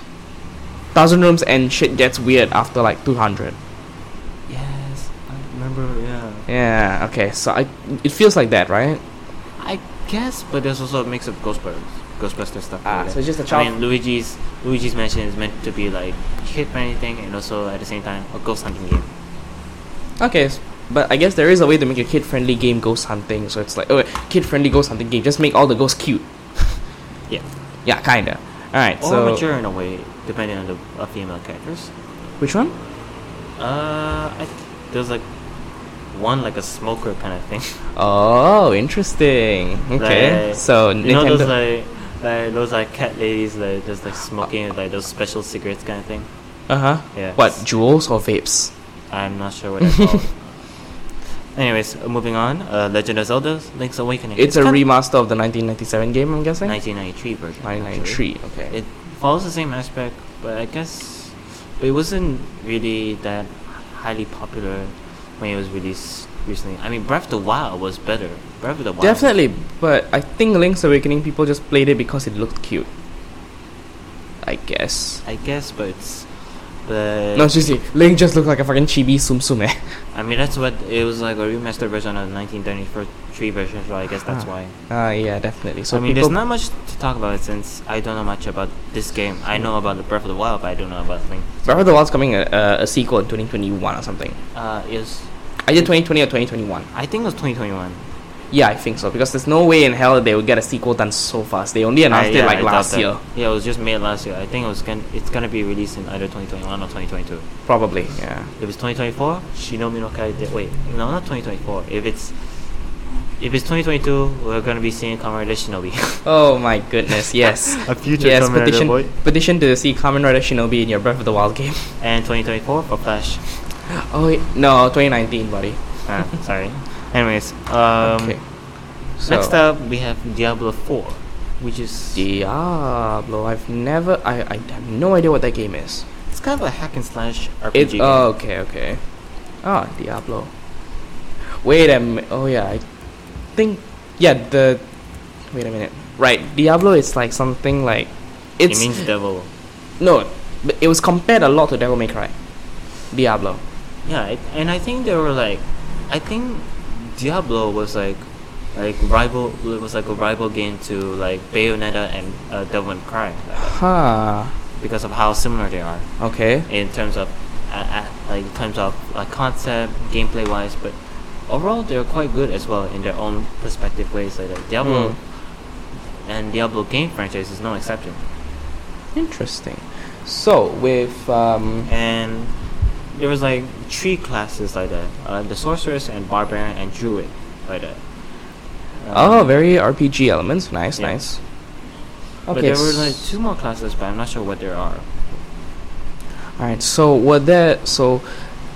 thousand rooms, and shit gets weird after like two hundred.
Yes, I remember. Yeah.
Yeah. Okay. So I, it feels like that, right?
I guess, but there's also a mix of Ghostbusters, Ghostbuster stuff.
Ah,
like
so
that.
it's just a
I mean, Luigi's Luigi's Mansion is meant to be like hit by anything, and also at the same time a ghost hunting game.
Okay. s- But I guess there is a way to make a kid-friendly game ghost hunting. So it's like, oh, kid-friendly ghost hunting game. Just make all the ghosts cute.
Yeah.
Yeah. Kinda. All right.
Or
so
mature in a way, depending on the uh, female characters.
which one?
Uh, I th- there's like one like a smoker kind of thing.
Oh, interesting. Okay.
Like,
so
you know those
Nintendo.
like like those like cat ladies like just like smoking like those special cigarettes kind of thing.
Uh huh.
Yeah.
What jewels or vapes?
I'm not sure what they're called. Anyways, uh, moving on. Uh, Legend of Zelda: Link's Awakening.
It's a
kind of
remaster of the 1997 game. I'm guessing.
1993 version. actually.
993. Okay.
It follows the same aspect, but I guess but it wasn't really that highly popular when it was released recently. I mean, Breath of the Wild was better. Breath of the Wild.
Definitely, but I think Link's Awakening people just played it because it looked cute. I guess.
I guess, but it's. But
No, seriously, Link just looked like a fucking chibi sum sum eh.
I mean, that's what it was like a remastered version of the 1993 version, so I guess that's
Huh.
why.
Ah, yeah, definitely. So
I mean,
people,
there's not much to talk about since I don't know much about this game. I know about the Breath of the Wild, but I don't know about Link.
Breath of the Wild's coming a, a, a sequel in 2021 or something.
Uh, it was,
Either 2020 or 2021.
I think it was 2021.
Yeah, I think so because there's no way in hell they would get a sequel done so fast. They only announced
I-
it
yeah, I
like
doubt
last
that.
year,
Yeah, it was just made last year. I think it was gonna, it's gonna be released in either 2021 or 2022.
probably. Yeah.
If it's 2024, Shinobi no Kaide. Wait, no, not 2024. If it's if it's 2022, we're gonna be seeing Kamen Rider Shinobi.
Oh my goodness, yes.
A future
yes,
Kamen Rider
petition,
boy.
petition to see Kamen Rider Shinobi in your Breath of the Wild game.
and 2024 for Flash.
Oh wait, no, 2019, buddy.
Ah, sorry. Anyways, um,
okay.
next up we have Diablo 4, which is
Diablo. I've never. I, I have no idea what that game is.
it's kind of a hack and slash RPG.
It.
game.
Oh, okay, okay. Ah, Diablo. Wait a minute. Oh yeah, I think. Yeah, the. Wait a minute. Right, Diablo is like something like. It's
it means devil.
no, but it was compared a lot to Devil May Cry. Diablo.
Yeah, it, and I think there were like, I think Diablo was like like rival it was like a rival game to like Bayonetta and uh, Devil May Cry like,
Huh.
because of how similar they are
Okay.
in terms of uh, uh, like in terms of uh, concept gameplay wise but overall they're quite good as well in their own perspective ways like that. Diablo
Hmm.
and Diablo game franchise is no exception
Interesting. So with um.
and there was like three classes like that uh, the sorceress and barbarian and druid like that
Oh,
Um,
very RPG elements. Nice,
yeah.
nice.
but there were
s-
like two more classes, but I'm not sure what there are.
All right. So what that so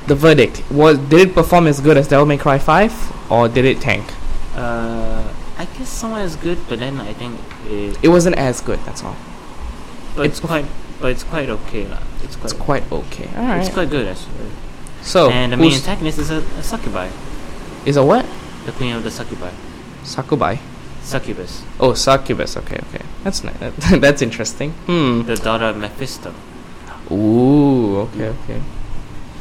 the verdict was did it perform as good as Devil May Cry 5 or did it tank?
Uh, I guess someone is good, but then I think it,
It wasn't as good, that's all.
but
it's
it's quite but it's quite okay lah. It's quite
It's quite okay. All right.
it's quite good actually.
So
and the main
Oh, who's-
antagonist is a, a succubi,
is a what?
the queen of the succubi,
Sakubai.
succubus,
Oh, succubus. Okay, okay. That's nice. that's interesting. Hmm.
the daughter of Mephisto.
Ooh. Okay. Okay.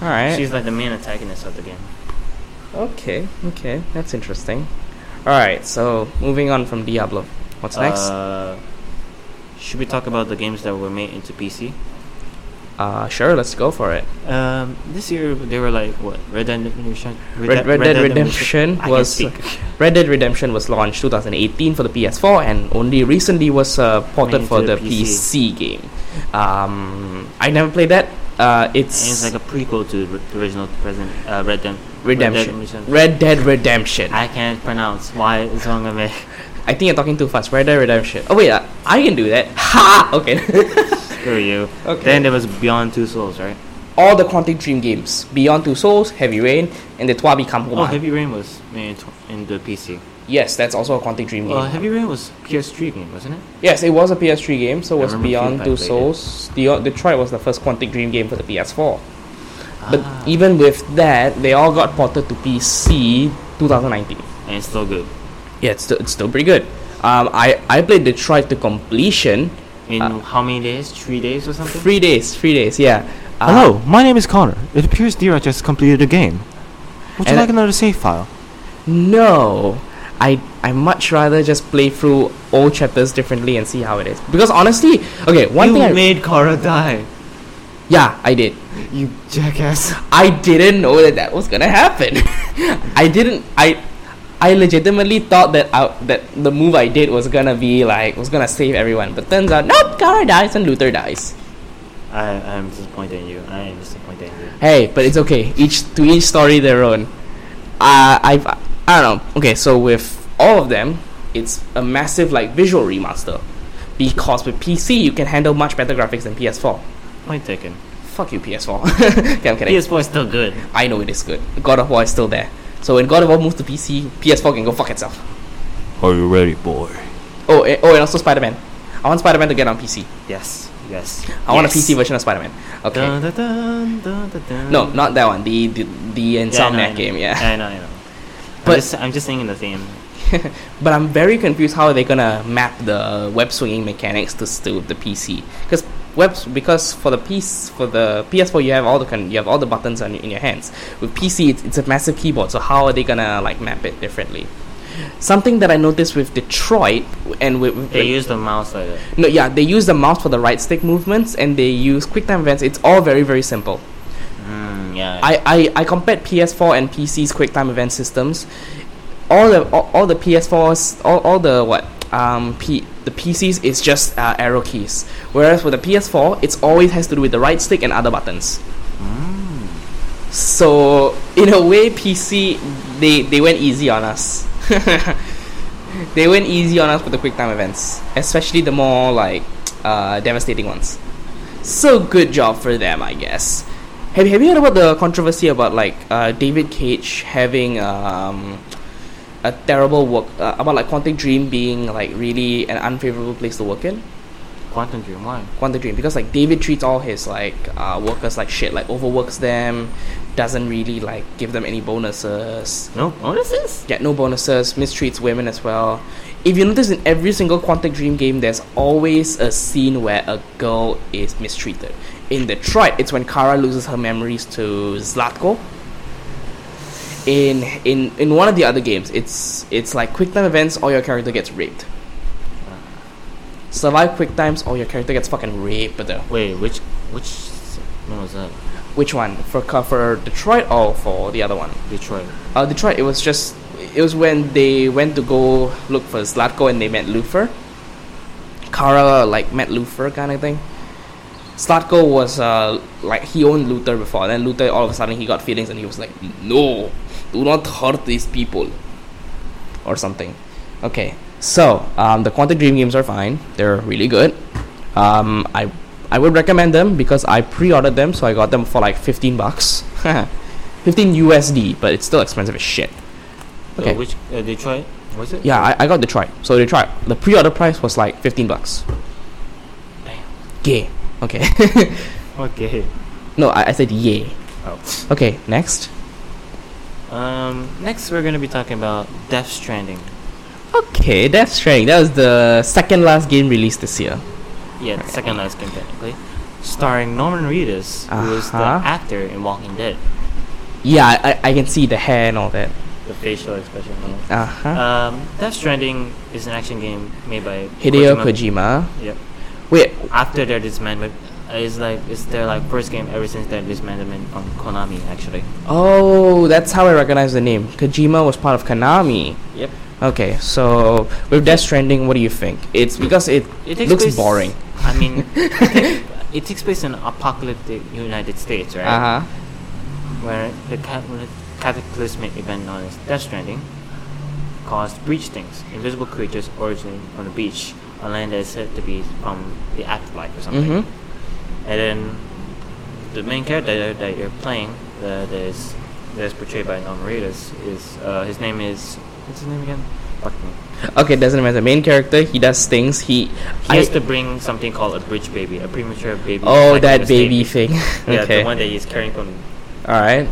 All right.
She's like the main antagonist of the game.
okay. Okay. That's interesting. All right. So moving on from Diablo. What's next?
Uh, should we talk about the games that were made into PC?
Uh, sure. Let's go for it.
Um, this year they were like what Red Dead Redemption.
Red, Red Dead Redemption
I can
was
speak.
Red Dead Redemption was launched 2018 for the PS4 and only recently was uh, ported
Made
for
to
the
the
PC, game. Um, I never played that. Uh,
And it's
it's
like a prequel to the original present uh, Red Dead
Redemption.
Red Dead
Red Dead Redemption. I,
I can't pronounce why it's wrong with me.
think you're talking too fast. Red Dead Redemption. Oh wait, uh, I can do that. Ha! Okay.
Screw you.
Okay.
Then there was Beyond Two Souls, right?
All the Quantic Dream games: Beyond Two Souls, Heavy Rain, and the Twabi Kampoma.
Oh, Heavy Rain was made in, tw- in the PC.
yes, that's also a Quantic Dream game.
Well, Oh, Heavy Rain was PS3 game, wasn't it?
Yes, it was a PS3 game, so
I
it was
remember
Beyond
Feedback
Two
played it.
Souls. The Detroit was the first Quantic Dream game for the PS4. But
Ah.
even with that, they all got ported to PC 2019.
And it's still good.
Yeah, it's still, it's still pretty good. Um, I, I played Detroit to completion.
In
Uh,
how many days? Three days or something?
Three days, three days, yeah. Uh,
my name is Connor. It appears Dira just completed the game.
you
Would
And- like
another save file?
No, I I much rather just play through all chapters differently and see how it is. Because honestly, okay, one
you
thing. I,
made Kara die.
yeah, I did.
You jackass.
I didn't know that that was gonna happen. I didn't. I I legitimately thought that out that the move I did was gonna be like was gonna save everyone, but turns out nope. Kara dies and Luther dies.
I am disappointed in you. I am disappointed in you.
Hey, but it's okay. Each to each story their own. Uh, I've I don't know. Okay, so with all of them, it's a massive like visual remaster because with PC you can handle much better graphics than PS4.
Point taken.
Fuck you, PS4. okay, I'm kidding.
PS4 is still good.
I know it is good. God of War is still there. So when God of War moves to PC, PS4 can go fuck itself.
Are you ready, boy?
Oh, and, oh, and also Spider Man. I want Spider Man to get on PC.
Yes. Yes. Uh.
I want a PC version of Spider Man. Okay.
Dun, dun, dun, dun, dun, dun.
no, not that one. The the, the
Yeah, I know, I
Insomniac
know.
game. Yeah.
I know. I know.
But-
I'm just, I'm just thinking the theme.
But I'm very confused how they're gonna map the web swinging mechanics to to the PC because webs because for the piece for the PS4 you have all the con- you have all the buttons on in your hands. With PC it's, it's a massive keyboard, so how are they gonna like map it differently? Something that I noticed with Detroit and with, with
They use the mouse like that.
No, yeah, they use the mouse for the right stick movements, and they use QuickTime events. It's all very, very simple.
Mm, yeah.
I, I, I compared PS4 and PC's QuickTime event systems. All the all, all the PS4s, all, all the what um P, the PCs is just uh, arrow keys. Whereas with the PS4, it's always has to do with the right stick and other buttons.
Hmm?
So in a way, PC they they went easy on us. they went easy on us with the QuickTime events, especially the more like uh, devastating ones. So good job for them, I guess. Have Have you heard about the controversy about like uh, David Cage having um, a terrible work uh, about like Quantic Dream being like really an unfavorable place to work in?
Quantum Dream. Why?
Quantum Dream because like David treats all his like uh, workers like shit, like overworks them, doesn't really like give them any bonuses,
No bonuses.
get no bonuses, mistreats women as well. If you notice in every single Quantic Dream game, there's always a scene where a girl is mistreated. In Detroit, it's when Kara loses her memories to Zlatko. in in in one of the other games, it's it's like quick time events or your character gets raped. Survive quick times or your character gets fucking raped. brother.
Wait, which which s- one was that?
Which one for co- for Detroit or for the other one?
Detroit.
Uh, Detroit. It was just it was when they went to go look for Slatko and they met Luthor. Kara like met Luthor kind of thing. Slatko was uh like he owned Luthor before. Then Luthor all of a sudden he got feelings and he was like, no, do not hurt these people, or something. Okay, so um, the Quantic Dream games are fine. They're really good. Um, I I would recommend them because I pre-ordered them, so I got them for like fifteen bucks, fifteen USD, but it's still expensive as shit.
Uh,
Okay.
which uh, Detroit? Was it?
Yeah, I, I got Detroit. So Detroit, the pre-order price was like fifteen bucks.
Damn.
Gay. Okay.
Okay.
no, I, I said yay.
Oh.
Okay, next.
Um. Next, we're gonna be talking about Death Stranding.
Okay, Death Stranding. That was the second last game released this year.
Yeah, the second last game technically, starring Norman Reedus, who is the
Uh-huh.
actor in Walking Dead.
Yeah, I, I I can see the hair and all that.
The facial expression. and all.
Uh huh.
Um, Death Stranding is an action game made by
Hideo Kojima.
Yep.
Wait,
After their disbandment, uh, it's like it's their like first game ever since their disbandment from Konami actually.
oh, that's how I recognize the name. Kojima was part of Konami.
Yep.
Okay, so with Death Stranding, what do you think? It's because it
It takes
looks
place,
boring.
I mean, it takes- it takes place in apocalyptic United States, right?
Uh huh.
where the cat- cataclysmic event known as Death Stranding caused breach things, invisible creatures originating on the beach, a land that is said to be from the afterlife or something.
Mhm.
And then the main character that you're playing, uh, that is that is portrayed by Norman Reedus, is uh, his name is what's his name again? Fuck me.
Okay, doesn't matter. Main character, he does things. He,
He
I-
has to bring something called a bridge baby, a premature baby.
oh
like in
that
a state.
baby thing.
Yeah,
okay,
the one that he's carrying from.
all right.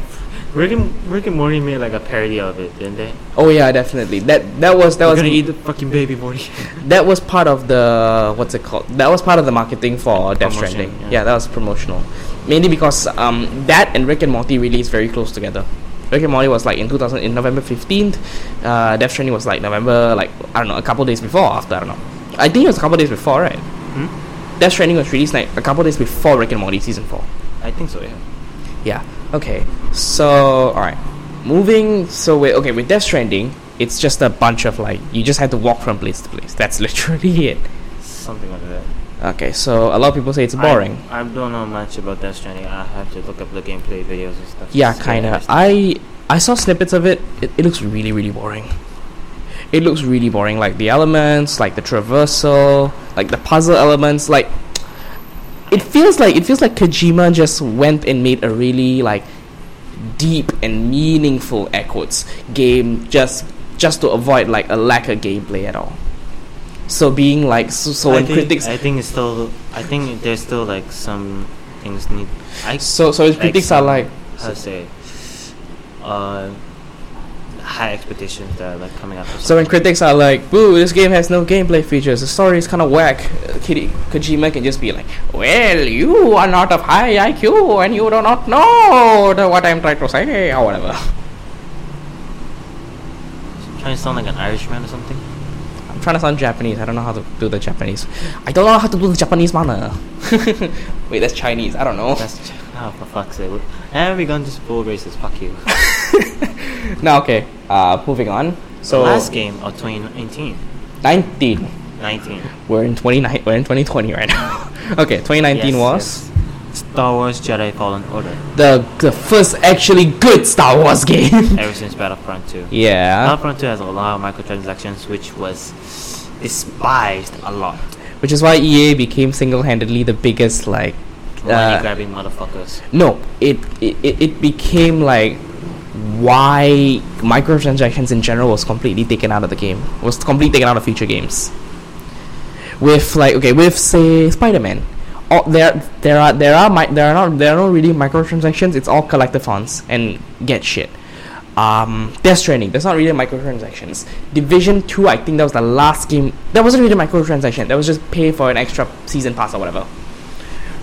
Rick and, Rick and Morty made like a parody of it, didn't they?
Oh yeah, definitely. That that was that was
the fucking baby, Morty.
that was part of the what's it called? That was part of the marketing for Death
Promotion,
Stranding. Yeah.
yeah.
that was promotional, mainly because um, that and Rick and Morty released very close together. Rick and Morty was like in 2000 in November 15th. Uh, Death Stranding was like November like I don't know a couple days before or after I don't know. I think it was a couple days before, right?
Hmm?
Death Stranding was released like a couple days before Rick and Morty season four.
I think so, yeah.
Yeah. Okay. So, all right. Moving. So, we okay with Death Stranding. It's just a bunch of like you just have to walk from place to place. That's literally it.
Something like that.
Okay. So a lot of people say it's boring.
I, I don't know much about Death Stranding. I have to look up the gameplay videos and stuff.
yeah,
to
kind of.
understand.
I I saw snippets of it. it. It looks really really boring. It looks really boring. Like the elements, like the traversal, like the puzzle elements. Like it feels like it feels like Kojima just went and made a really like deep and meaningful air quotes game just just to avoid like a lack of gameplay at all. So being like so, so
I
when
think,
critics
I think it's still. I think there's still like some things need. I
so so his
like
critics are
some-
like
how to say. Uh, high expectations that are like coming up. or
So when
something.
critics are like, "Boo, this game has no gameplay features. The story is kind of whack," uh, Kiri- Kojima can just be like, "Well, you are not of high IQ, and you do not know the, what I'm trying to say, or whatever."
trying to sound like an Irishman or something.
I'm trying to sound Japanese. I don't know how to do the Japanese. I don't know how to do the Japanese manner. Wait, that's Chinese. I don't know.
That's oh for fuck's sake. And we gone just full racist. Fuck you.
now, okay. Uh, moving on. So
So last game of 2019,
19.
19.
We're in 29. We're in 2020 right now. okay, 2019
Yes,
was.
yes. Star Wars Jedi Fallen Order.
the the first actually good Star Wars game.
Ever since Battlefront 2.
yeah,
Battlefront 2 has a lot of microtransactions, which was despised a lot.
which is why EA became single-handedly the biggest like.
Money
Uh,
grabbing motherfuckers.
no, it, it it it became like why microtransactions in general was completely taken out of the game was completely taken out of future games. With like okay, with say Spider-Man. Oh, there, there are, there are, mi- there are not, there are not really microtransactions. It's all collectathons and get shit. um, Death Stranding. That's not really microtransactions. Division Two, I think that was the last game. That wasn't really microtransaction. That was just pay for an extra season pass or whatever,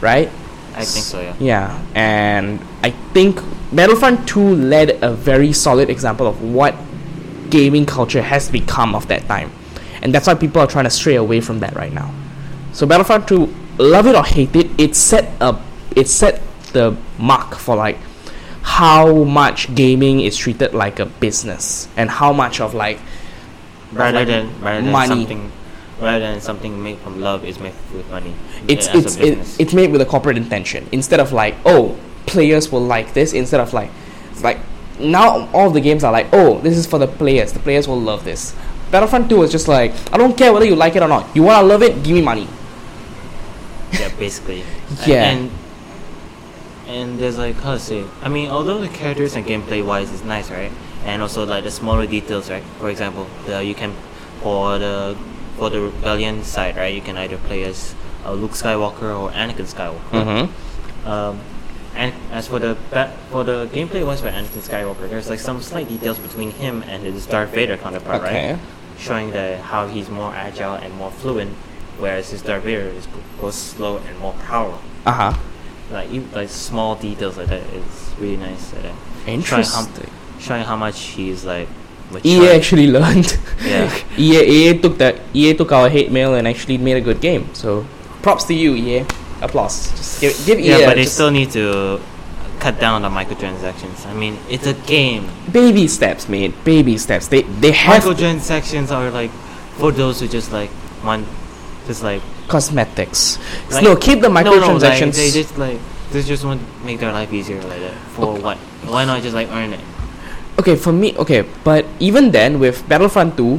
right?
I think so, yeah.
Yeah, and I think Battlefront 2 led a very solid example of what gaming culture has become of that time. And that's why people are trying to stray away from that right now. So Battlefront 2, love it or hate it, it set a it set the mark for like how much gaming is treated like a business and how much of like
rather than rather than
money.
something rather than something made from love is made with money.
it's
Yeah, as a
it's it,
business.
it's made with a corporate intention instead of like oh players will like this instead of like it's like now all the games are like oh this is for the players the players will love this battlefront 2 was just like i don't care whether you like it or not you want to love it give me money
yeah, basically.
Yeah.
And and there's like how to say. I mean, although the characters and gameplay wise is nice, right? And also like the smaller details, right? For example, the you can for the for the rebellion side, right? You can either play as uh, Luke Skywalker or Anakin Skywalker.
Mm-hmm.
Um, and as for the ba- for the gameplay wise for Anakin Skywalker, there's like some slight details between him and his Darth Vader counterpart,
Okay.
right? Showing the how he's more agile and more fluent, whereas his Darth Vader is goes slow and more powerful.
uh-huh
Like even, like small details like that is really nice. Like that.
interesting
Showing how, showing how much he's like.
ea
mature.
actually learned E EA,
Yeah.
EA took that EA took our hate mail and actually made a good game so props to you EA applause just give, give EA
Yeah, but they
just
still need to cut down on microtransactions. I mean, it's a game.
baby steps mate baby steps they they have
Microtransactions are like for those who just like want, just like
cosmetics.
Like-
no, keep the
no, no, like,
microtransactions.
they just like they just want to make their life easier like that. For what? Why not just like earn it?
okay, for me, okay, but even then with Battlefront 2,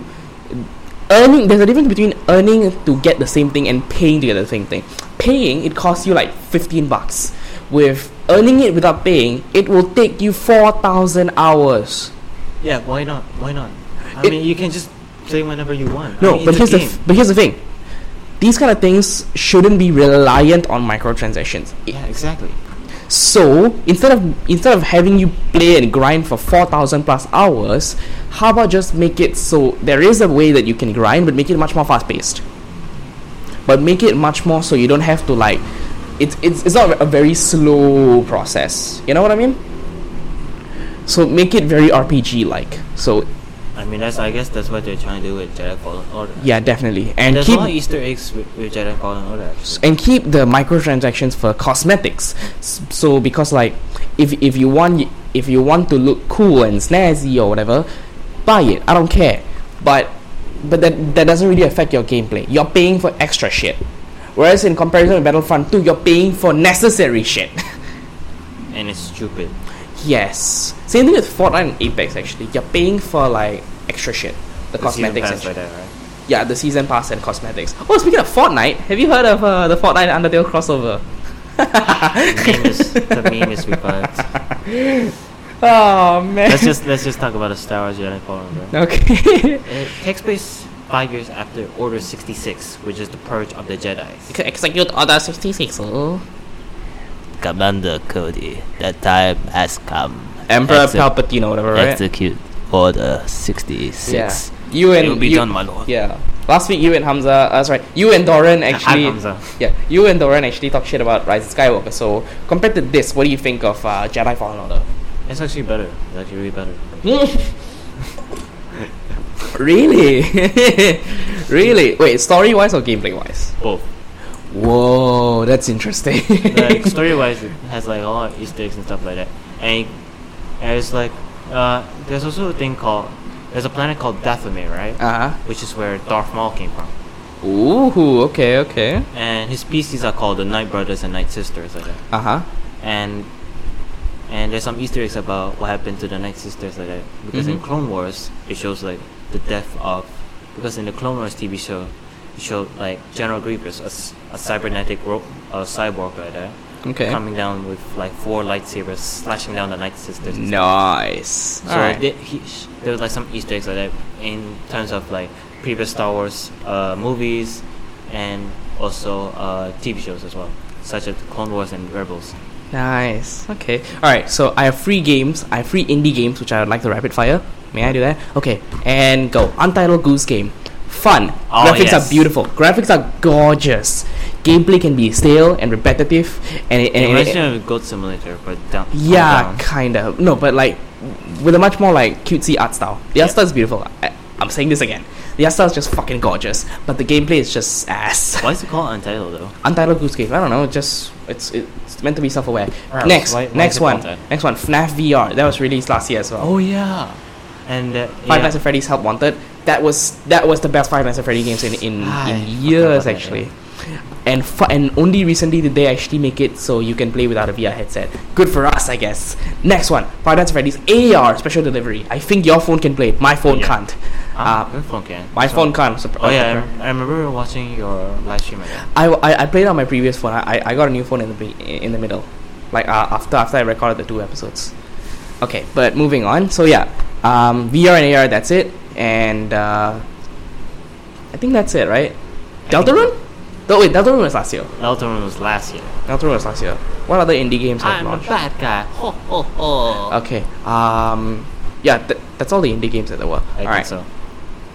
earning there's a difference between earning to get the same thing and paying to get the same thing. Paying it costs you like 15 bucks. With earning it without paying, it will take you 4,000 hours.
Yeah, why not? Why not? I
It-
mean, you can just play whenever you want. I
No,
mean,
but
it's
here's the
a game.
f- but here's the thing. These kind of things shouldn't be reliant on microtransactions. I-
yeah, exactly.
So instead of instead of having you play and grind for four thousand plus hours, how about just make it so there is a way that you can grind, but make it much more fast paced. But make it much more so you don't have to like, it's it's it's not a very slow process. You know what I mean? So make it very RPG like. So
I mean, that's I guess that's what they're trying to do with Jedi Fallen Order.
yeah, definitely, and
There's a
keep
lot of Easter eggs with, with Jedi Fallen Order. Actually.
and keep the microtransactions for cosmetics. S- So because like if if you want if you want to look cool and snazzy or whatever, buy it. I don't care. But but that that doesn't really affect your gameplay. You're paying for extra shit. Whereas in comparison with Battlefront 2, you're paying for necessary shit.
and it's stupid.
yes. Same thing with Fortnite and Apex actually. You're paying for like extra shit. The,
The season
cosmetics and
pass
shit.
like that, right?
Yeah, the season pass and cosmetics. Oh, speaking of Fortnite, have you heard of uh, the Fortnite Undertale crossover?
The meme is the meme is revived.
Oh man.
Let's just let's just talk about the Star Wars Jedi Fallen Order.
okay.
It takes place five years after Order 66, which is the purge of the Jedi.
Execute order sixty six. Oh.
Commander Cody, the time has come.
Emperor
Exec-
Palpatine or whatever, right?
Execute Order 66.
Yeah. You and
it will be
you,
done, my lord.
Yeah. Last week you and Hamza. Uh, sorry, you and Doran actually.
Hamza.
Yeah, you and Doran actually talk shit about Rise of Skywalker. So compared to this, what do you think of uh, Jedi Fallen Order?
It's actually better. It's actually really better.
really, really. Wait, story wise or gameplay wise?
Both.
Whoa, that's interesting.
Like story wise, it has like a lot of Easter eggs and stuff like that. And, it, and it's like uh, there's also a thing called there's a planet called Dathomir, right?
uh huh.
Which is where Darth Maul came from.
Ooh. Okay. Okay.
And his species are called the Night Brothers and Night Sisters, like that.
Uh huh.
and and there's some Easter eggs about what happened to the Night Sisters like that. Because in
Mhm.
Clone Wars, it shows like the death of because in the Clone Wars TV show, it showed like General Grievous, a, s- a cybernetic ro- a cyborg like that,
Okay.
coming down with like four lightsabers, slashing down the Night Sisters. and stuff.
Nice.
So they, he, sh- there was like some Easter eggs like that in terms of like previous Star Wars uh, movies and also uh, TV shows as well, such as Clone Wars and Rebels.
Nice. Okay. All right. So I have free games. I have free indie games which I would like to rapid fire. May I do that? Okay. And go. Untitled Goose Game. Fun.
Oh,
Graphics
yes.
are beautiful. Graphics are gorgeous. gameplay can be stale and repetitive, and it, and, and it-
Imagine a God Simulator, but down.
yeah,
down.
kind of. No, but like with a much more like cutesy art style. The art style is beautiful. I, I'm saying this again. The art style is just fucking gorgeous, but the gameplay is just ass.
Why is it called Untitled though?
Untitled Goose Game. I don't know. Just it's it's meant to be self-aware.
Perhaps.
next,
Why- why
next
is it called
one,
that?
next one. FNAF VR. That was released last year as well.
Oh yeah, and uh,
Five
yeah.
Nights at Freddy's Help Wanted. That was that was the best Five Nights at Freddy's games in in,
Ah, I
in
forgot about
years
that,
actually. And fu- and only recently did they actually make it so you can play without a VR headset. Good for us, I guess. Next one, Five Nights at Freddy's AR special delivery. I think your phone can play it. My phone
Yeah.
can't.
Ah,
uh,
my phone can.
My
So-
phone can't. surpri-
Oh yeah, I, rem- I remember watching your live stream again.
I, I, I played on my previous phone. I, I- I got a new phone in the be- in the middle, like uh, after after I recorded the two episodes. Okay, but moving on. So yeah, um, VR and AR. That's it. And uh, I think that's it, right?
I
Deltarune? No, wait, Deltarune was last year.
Elton was last year.
Deltarune was last year. What other indie games have launched?
bad guy. Ho ho ho.
Okay. Um, yeah, th- that's all the indie games that there were.
I
all right.
think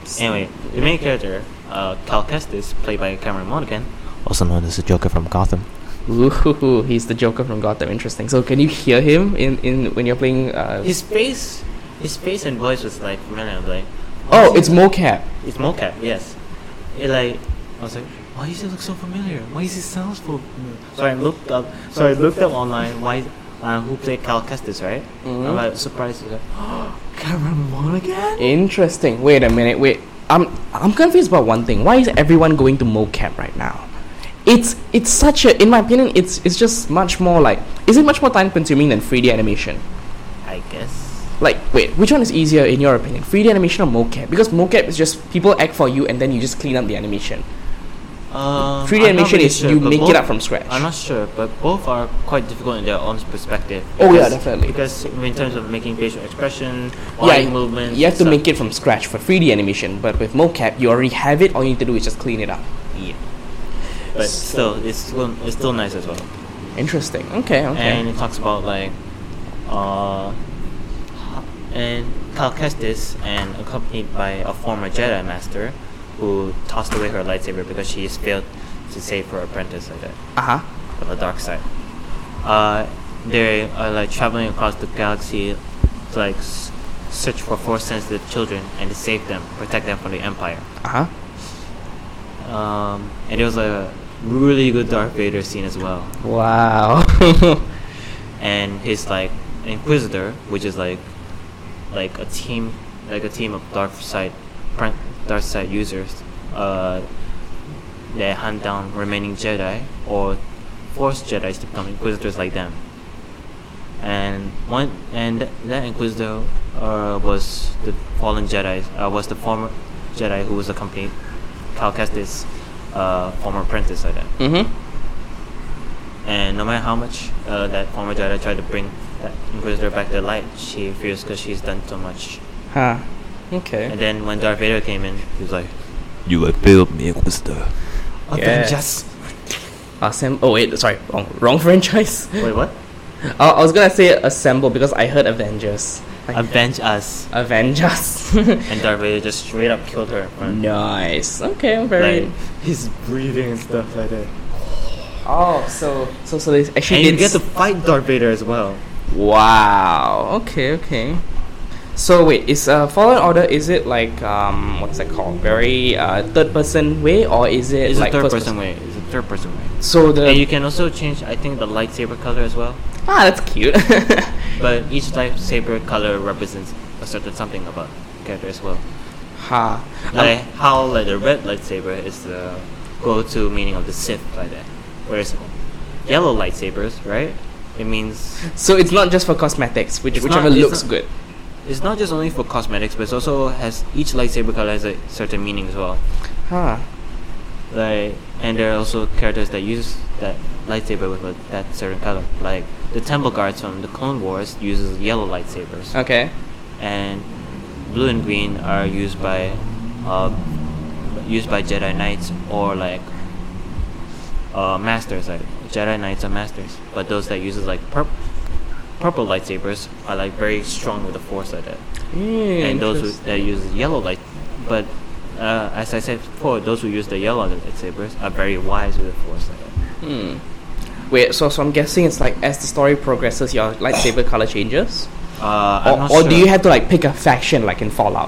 so. Anyway, the main character, uh, Cal Kestis, played by Cameron Monaghan.
Also known as the Joker from Gotham.
Ooh, he's the Joker from Gotham. Interesting. So can you hear him in, in when you're playing? Uh,
His face, his face and voice was like familiar. I'm like,
oh, it's mocap.
it's mocap. Yes. It like I was like, why does it look so familiar? Why does it sound so? familiar?" So I looked up. So I looked up online. Why? Uh, who played Cal Kestis? Right.
Mhm.
I'm like surprised. Like, Cameron Monaghan.
Interesting. Wait a minute. Wait. I'm I'm confused about one thing. Why is everyone going to mocap right now? It's it's such a in my opinion it's it's just much more like is it much more time consuming than 3D animation?
I guess.
Like wait, which one is easier in your opinion? 3D animation or mocap? Because mocap is just people act for you and then you just clean up the animation.
Um,
3D
I'm not
animation
really
is
sure,
you
but
make
both-
it up from scratch.
I'm not sure, but both are quite difficult in their own perspective.
Oh, yeah,
because-
definitely.
Because in terms of making facial expression,
yeah,
eye
y-
movement,
you have to make it from scratch for 3D animation, but with mocap you already have it. All you need to do is just clean it up.
Yeah. But still, it's still, it's still nice as well.
Interesting. Okay. Okay.
And it talks about like, uh, and Cal Kestis, and accompanied by a former Jedi Master, who tossed away her lightsaber because she has failed to save her apprentice like that.
uh huh.
on the dark side. Uh, they are like traveling across the galaxy to like s- search for force sensitive children and to save them, protect them from the Empire.
Uh huh.
Um, and it was a really good Darth Vader scene as well.
Wow.
And his like Inquisitor, which is like like a team like a team of dark side pran- dark side users. Uh, they hunt down remaining Jedi or force Jedi's to become Inquisitors like them. And one and th- that Inquisitor uh, was the fallen Jedi uh, was the former Jedi who was accompanied Cal Kestis, uh, former apprentice like that.
mhm.
And no matter how much uh, that former Jedi tried to bring that Inquisitor back to light, she fears because she's done so much.
Huh. Okay.
And then when Darth Vader came in, he was like,
You will build me, Inquisitor.
Avengers!
Assemble. Oh wait, sorry, wrong, wrong franchise.
Wait, what?
I-, I was gonna say assemble because I heard Avengers. Like,
Avenge us!
Avengers.
And Darth Vader just straight up killed her. in front.
nice. Okay, I'm very.
Like, he's breathing and stuff like that.
Oh, so so so they actually
And you
did.
get to
s-
fight Darth Vader as well.
wow. Okay. Okay. So wait, is uh, Fallen Order is it like um what's that called? Very uh third person way or is it
It's
like
a third
first
person way. It's a third person way.
So the
And you can also change, I think, the lightsaber color as well.
ah that's cute.
But each lightsaber color represents a certain something about the character as well.
ha.
Like how like the red lightsaber is the go-to meaning of the Sith like that. Whereas yellow lightsabers, right? It means
So it's not just for cosmetics, which
It's
whichever
not- it's
looks
not-
good.
it's not just only for cosmetics, but it also has each lightsaber color has a certain meaning as well.
Huh.
Like and there are also characters that use that lightsaber with a, that certain color. Like the Temple Guards from the Clone Wars uses yellow lightsabers.
Okay.
and blue and green are used by uh, used by Jedi Knights or like uh, masters like Jedi Knights are masters but those that uses like purp purple lightsabers are
Hmm,
like very strong with the force like that and those who, that uses yellow light but uh, as I said before, those who use the yellow lightsabers are very wise with the force.
Hmm. Wait, so so I'm guessing it's like as the story progresses, your lightsaber color changes,
Uh, I'm
or,
not
or
sure.
do you have to like pick a faction like in Fallout?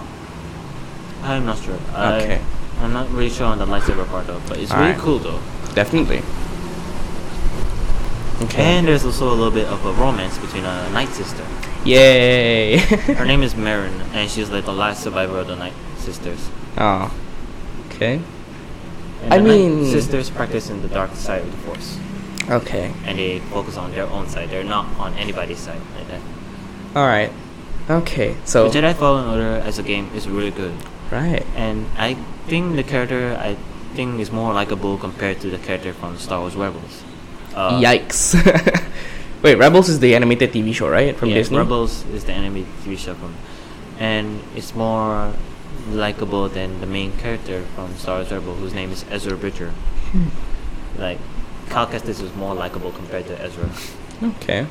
I'm not sure.
Okay.
I, I'm not really sure on the lightsaber part though, but it's really
Alright.
cool though.
Definitely.
And there's also a little bit of a romance between a Night Sister.
Yay.
Her name is Marin, and she's like the last survivor of the Night Sisters.
oh. Okay.
And
I
the
mean-
Night Sisters practice in the dark side of the Force,
Okay.
and they focus on their own side. They're not on anybody's side like that.
All right. Okay. So
The Jedi Fallen Order as a game is really good,
right.
and I think the character I think is more likable compared to the character from Star Wars Rebels. Uh,
Yikes. Wait, Rebels is the animated TV show, right? From
yeah,
Disney.
Rebels is the anime TV show from, and it's more likable than the main character from Star Wars Rebel, whose name is Ezra Bridger.
Hmm.
Like, Cal Kestis is more likable compared to Ezra.
Okay.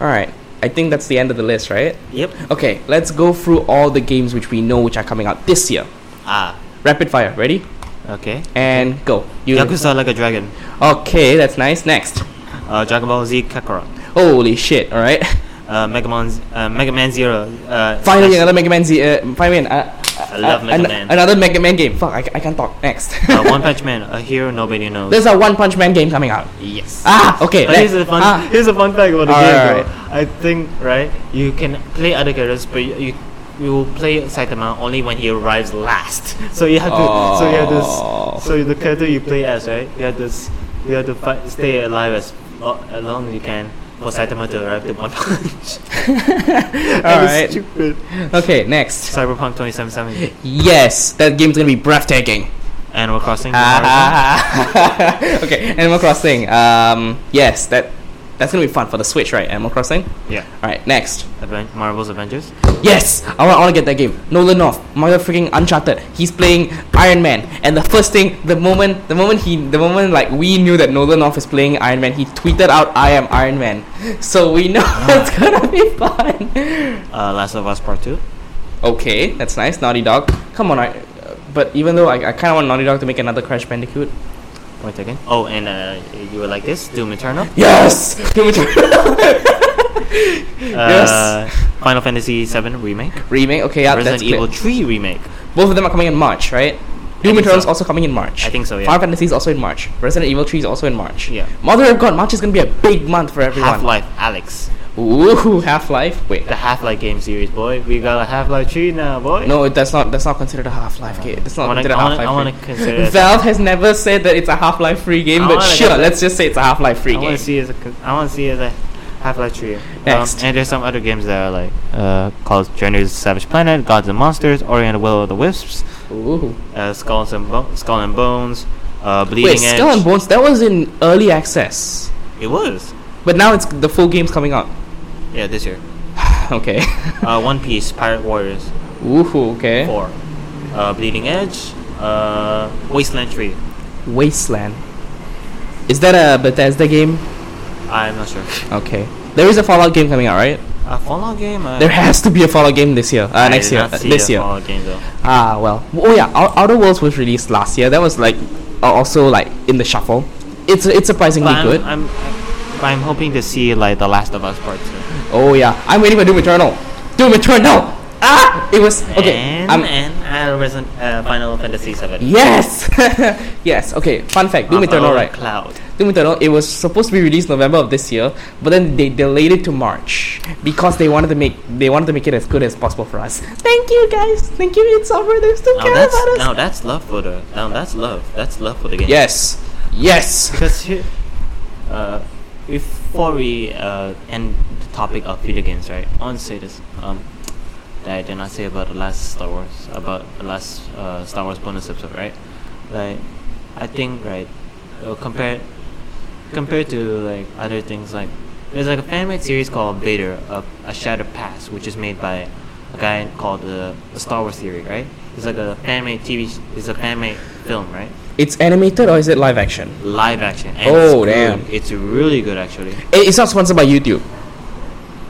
All right. I think that's the end of the list, right?
Yep.
Okay, let's go through all the games which we know which are coming out this year.
Ah.
Rapid fire, ready?
Okay.
And go. You.
Yakuza like a dragon.
Okay, that's nice. Next.
Uh, Dragon Ball Z Kakarot.
Holy shit! All right.
Uh, Mega Man. Z- Uh, Mega Man Zero. Uh,
Finally,
Smash-
another Mega Man Z. Uh, finally, uh,
I love
uh,
Mega
an-
Man.
Another Mega Man game. Fuck, I, I can't talk. Next.
uh, One Punch Man. A hero nobody knows.
There's a One Punch Man game coming out.
yes.
Ah, okay.
Uh, here's
next.
a fun.
Ah,
Here's a fun fact about the game.
Alright.
though. I think right, you can play other characters, but you you, you will play Saitama only when he arrives last. So you have to. So you have to.
Oh.
s- So the character you play as right, you have to. s- You have to fight, stay alive as, lo- as long as you can for Saitama to arrive to one punch. That is
Alright.
Stupid.
okay, next.
Cyberpunk 2077,
Yes, that game's gonna be breathtaking.
Animal Crossing. Mario
Ah, okay, Animal Crossing. Um, yes, that that's gonna be fun for the Switch, right? Animal Crossing.
Kart. Yeah.
All right, next.
Aven- Marvel's Avengers.
Yes, I want, I want to get that game. Nolan North, mother freaking Uncharted. He's playing Iron Man, and the first thing, the moment, the moment he, the moment like we knew that Nolan North is playing Iron Man, he tweeted out, "I am Iron Man," so we know it's gonna be fun.
Uh, Last of Us Part Two.
Okay, that's nice. Naughty Dog, come on, I. But even though I, I kind of want Naughty Dog to make another Crash Bandicoot.
Wait a second. Oh, and uh, you were like this. Doom Eternal.
Yes. Doom Eternal Yes.
Uh, Final Fantasy VII remake.
remake. Okay, yeah,
Resident
that's clear.
Evil 3 remake.
Both of them are coming in March, right? Doom
think
Eternal is
so.
also coming in March.
I think so, yeah.
Final Fantasy is also in March. Resident Evil 3 is also in March.
Yeah.
Mother of God, March is gonna be a big month for everyone.
Half Life, Alex.
Ooh, Half Life. Wait,
The Half Life game series, boy. We got a Half Life 3 now, boy.
no, that's not. That's not considered a Half Life game. That's
I
not
wanna-
considered a
I wanna-
Half Life.
I wanna
game.
consider it as-
Valve has never said that it's a Half Life free game,
I
but
wanna
sure,
consider-
let's just say it's a Half Life free
I
game.
want to see it as a, con- I want to see it as a Half Life 3.
Next.
Um, and there's some other games that are like uh, called Journey's Savage Planet, Gods and Monsters, Ori and the Will of the Wisps,
Ooh.
uh, Skulls and Bo- Skull and Bones, uh, Bleeding
Wait,
Edge.
Skull and Bones. That was in early access,
It was.
but now it's the full game's coming out.
Yeah, this year.
okay.
Uh, One Piece, Pirate Warriors
Ooh. Okay.
4, uh, Bleeding Edge, uh, Wasteland 3.
Wasteland. Is that a Bethesda game?
I'm not sure.
Okay. There is a Fallout game coming out, right?
A Fallout game? Uh,
There has to be a Fallout game this year. Uh,
I
next
did
year.
not
Uh,
see
this
a
year.
Fallout game though.
Ah, well. Oh yeah, Out- Outer Worlds was released last year. That was like uh, also like in the shuffle. It's it's
But
surprisingly
I'm,
good.
I'm, but I'm hoping to see like The Last of Us Part Two.
oh yeah, I'm waiting for Doom Eternal. Doom Eternal. Ah, it was okay.
And,
I'm-
and uh, Resident uh, Final Fantasy Seven.
yes, yes. Okay. Fun fact: Doom
On
Eternal,
our
right?
Cloud.
Doom Eternal. It was supposed to be released November of this year, but then they delayed it to March because they wanted to make they wanted to make it as good as possible for us. Thank you guys. Thank you, it's over. They still
Now
care
Oh, that's
about us.
now that's love for the now that's love that's love for the game.
Yes. Yes.
Because here, uh, before we uh, end the topic of video games, right? I want to say this. Um, that I did not say about the last Star Wars, about the last uh, Star Wars bonus episode, right? Like, I think right, uh, compared compared to like other things, like there's like a fan made series called Vader, a, a Shattered Past, which is made by a guy called the, the Star Wars series, right? It's like a fan made TV. sh- It's a fan made film, right?
It's animated or is it live action?
live action. And
Oh,
it's good.
damn. Eh,
It's really good actually.
I- It's not sponsored by YouTube.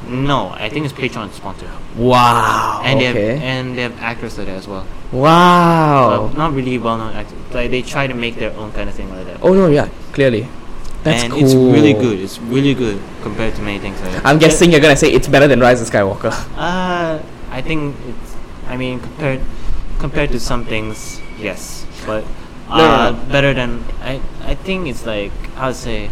No, No, I think it's Patreon sponsor.
Wow.
And they
okay. Oh.
have and they have actors there as well.
wow.
Uh, not really well known actors. Like they try to make their own kind of thing like that.
oh no, yeah, clearly. That's
Um, and
cool.
it's really good. It's really good compared to many things like that.
I'm guessing you're gonna say it's better than Rise of Skywalker.
Uh, I think it's. I mean, compared compared to some things, yes, but
No, no,
uh,
no.
better than I. I think it's like I'd say.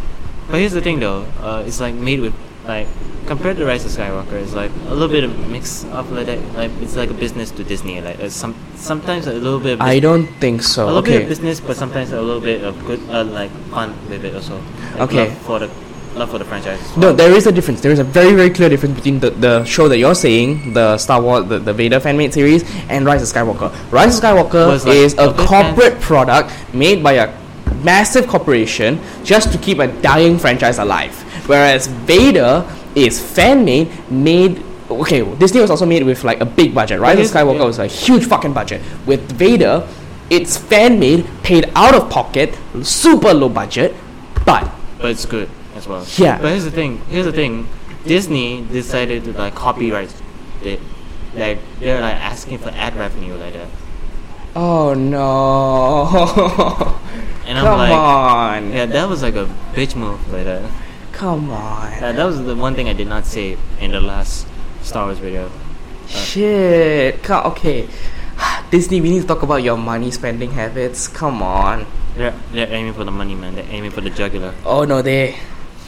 But here's the thing, though. Uh, it's like made with like compared to Rise of Skywalker, it's like a little bit of mix up like that. Like it's like a business to Disney. Like uh, some sometimes a little bit. Of
I
bus-
don't think
A
so.
little bit
okay.
of business, but sometimes a little bit of good, uh, like fun with it also. Like,
Okay.
love for the love for the franchise. as
No,
well.
there is a difference. There is a very, very clear difference between the, the show that you're saying, the Star Wars, the, the Vader fan-made series, and Rise of Skywalker. Rise of Skywalker
Was like
is a
a big
corporate product made by a massive corporation just to keep a dying franchise alive. Whereas Vader is fan-made, made... Okay, Disney was also made with like a big budget. Rise of
here's-
Skywalker
yeah.
was a huge fucking budget. With Vader, it's fan-made, paid out of pocket, super low budget, but...
but it's good as well.
Yeah.
But here's the thing. Here's the thing. Disney decided to like copyright it. Like they're like asking for ad revenue like that.
Oh no!
And I'm
come
like,
on!
yeah, that was like a bitch move like that.
Come on!
Uh, that was the one thing I did not say in the last Star Wars video.
Shit! Come, okay, Disney, we need to talk about your money spending habits. Come on!
They're they're aiming for the money, man. They're aiming for the jugular.
Oh no, they.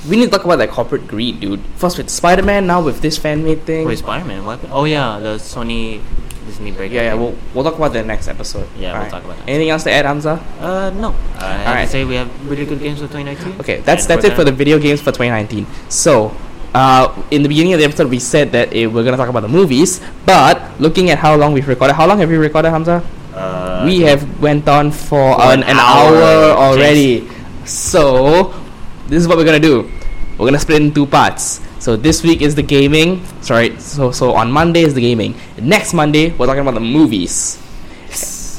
We need to talk about that corporate greed, dude. First with Spider Man, now with this fan made thing.
Wait, Spider Man? What? happened? Oh yeah, the Sony Disney break.
yeah, yeah, we'll, we'll talk about that next episode.
Yeah, we'll
Alright.
talk about that.
Anything else to add, Hamza?
Uh, no. I have
Alright.
to say we have really good games for 2019.
Okay, that's
And
that's
we're
it for
done.
the video games for 2019. So, uh, in the beginning of the episode, we said that eh, we're gonna talk about the movies, but looking at how long we've recorded, how long have we recorded, Hamza?
Uh,
we have went on for
For
an,
an
an hour,
hour,
already. So this is what we're gonna do. We're gonna split in two parts. So this week is the gaming. Sorry. So so on Monday is the gaming. Next Monday we're talking about the movies,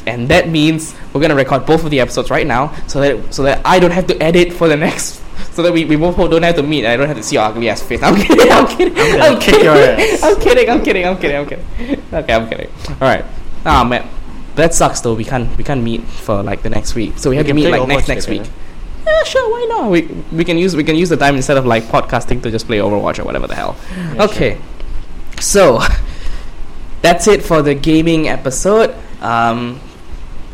and that means we're gonna record both of the episodes right now, so that so that I don't have to edit for the next. So that we, we both don't have to meet. I don't have to see your ugly ass face. I'm kidding. I'm kidding.
I'm gonna
I'm
kick
kidding.
your ass.
I'm kidding. I'm kidding. I'm kidding. I'm kidding. Okay, I'm kidding. All right. Ah man, that sucks though. We can't we can't meet for like the next week. So we have to
can
meet
play
like next
Overwatch
next week.
together.
Yeah, sure. Why not? We we can use we can use the time instead of like podcasting to just play Overwatch or whatever the hell.
Yeah, sure.
okay, so that's it for the gaming episode. Um,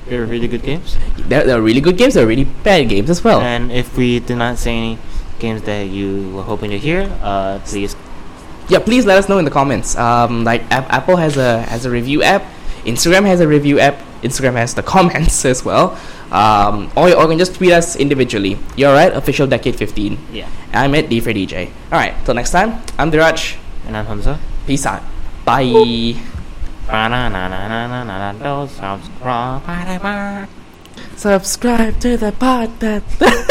We have really good games.
there, there are really good games. There are really bad games as well.
And if we did not say any games that you were hoping to hear, uh, please.
yeah please let us know in the comments um like app- apple has a has a review app instagram has a review app instagram has the comments as well um or, or you can just tweet us individually you're right official decade 15
Yeah.
i'm at d for dj all right till next time i'm diraj
And I'm Hamza.
peace out bye
Ba-na-na-na-na-na-na, those sounds wrong. Ba-da-ba.
subscribe to the podcast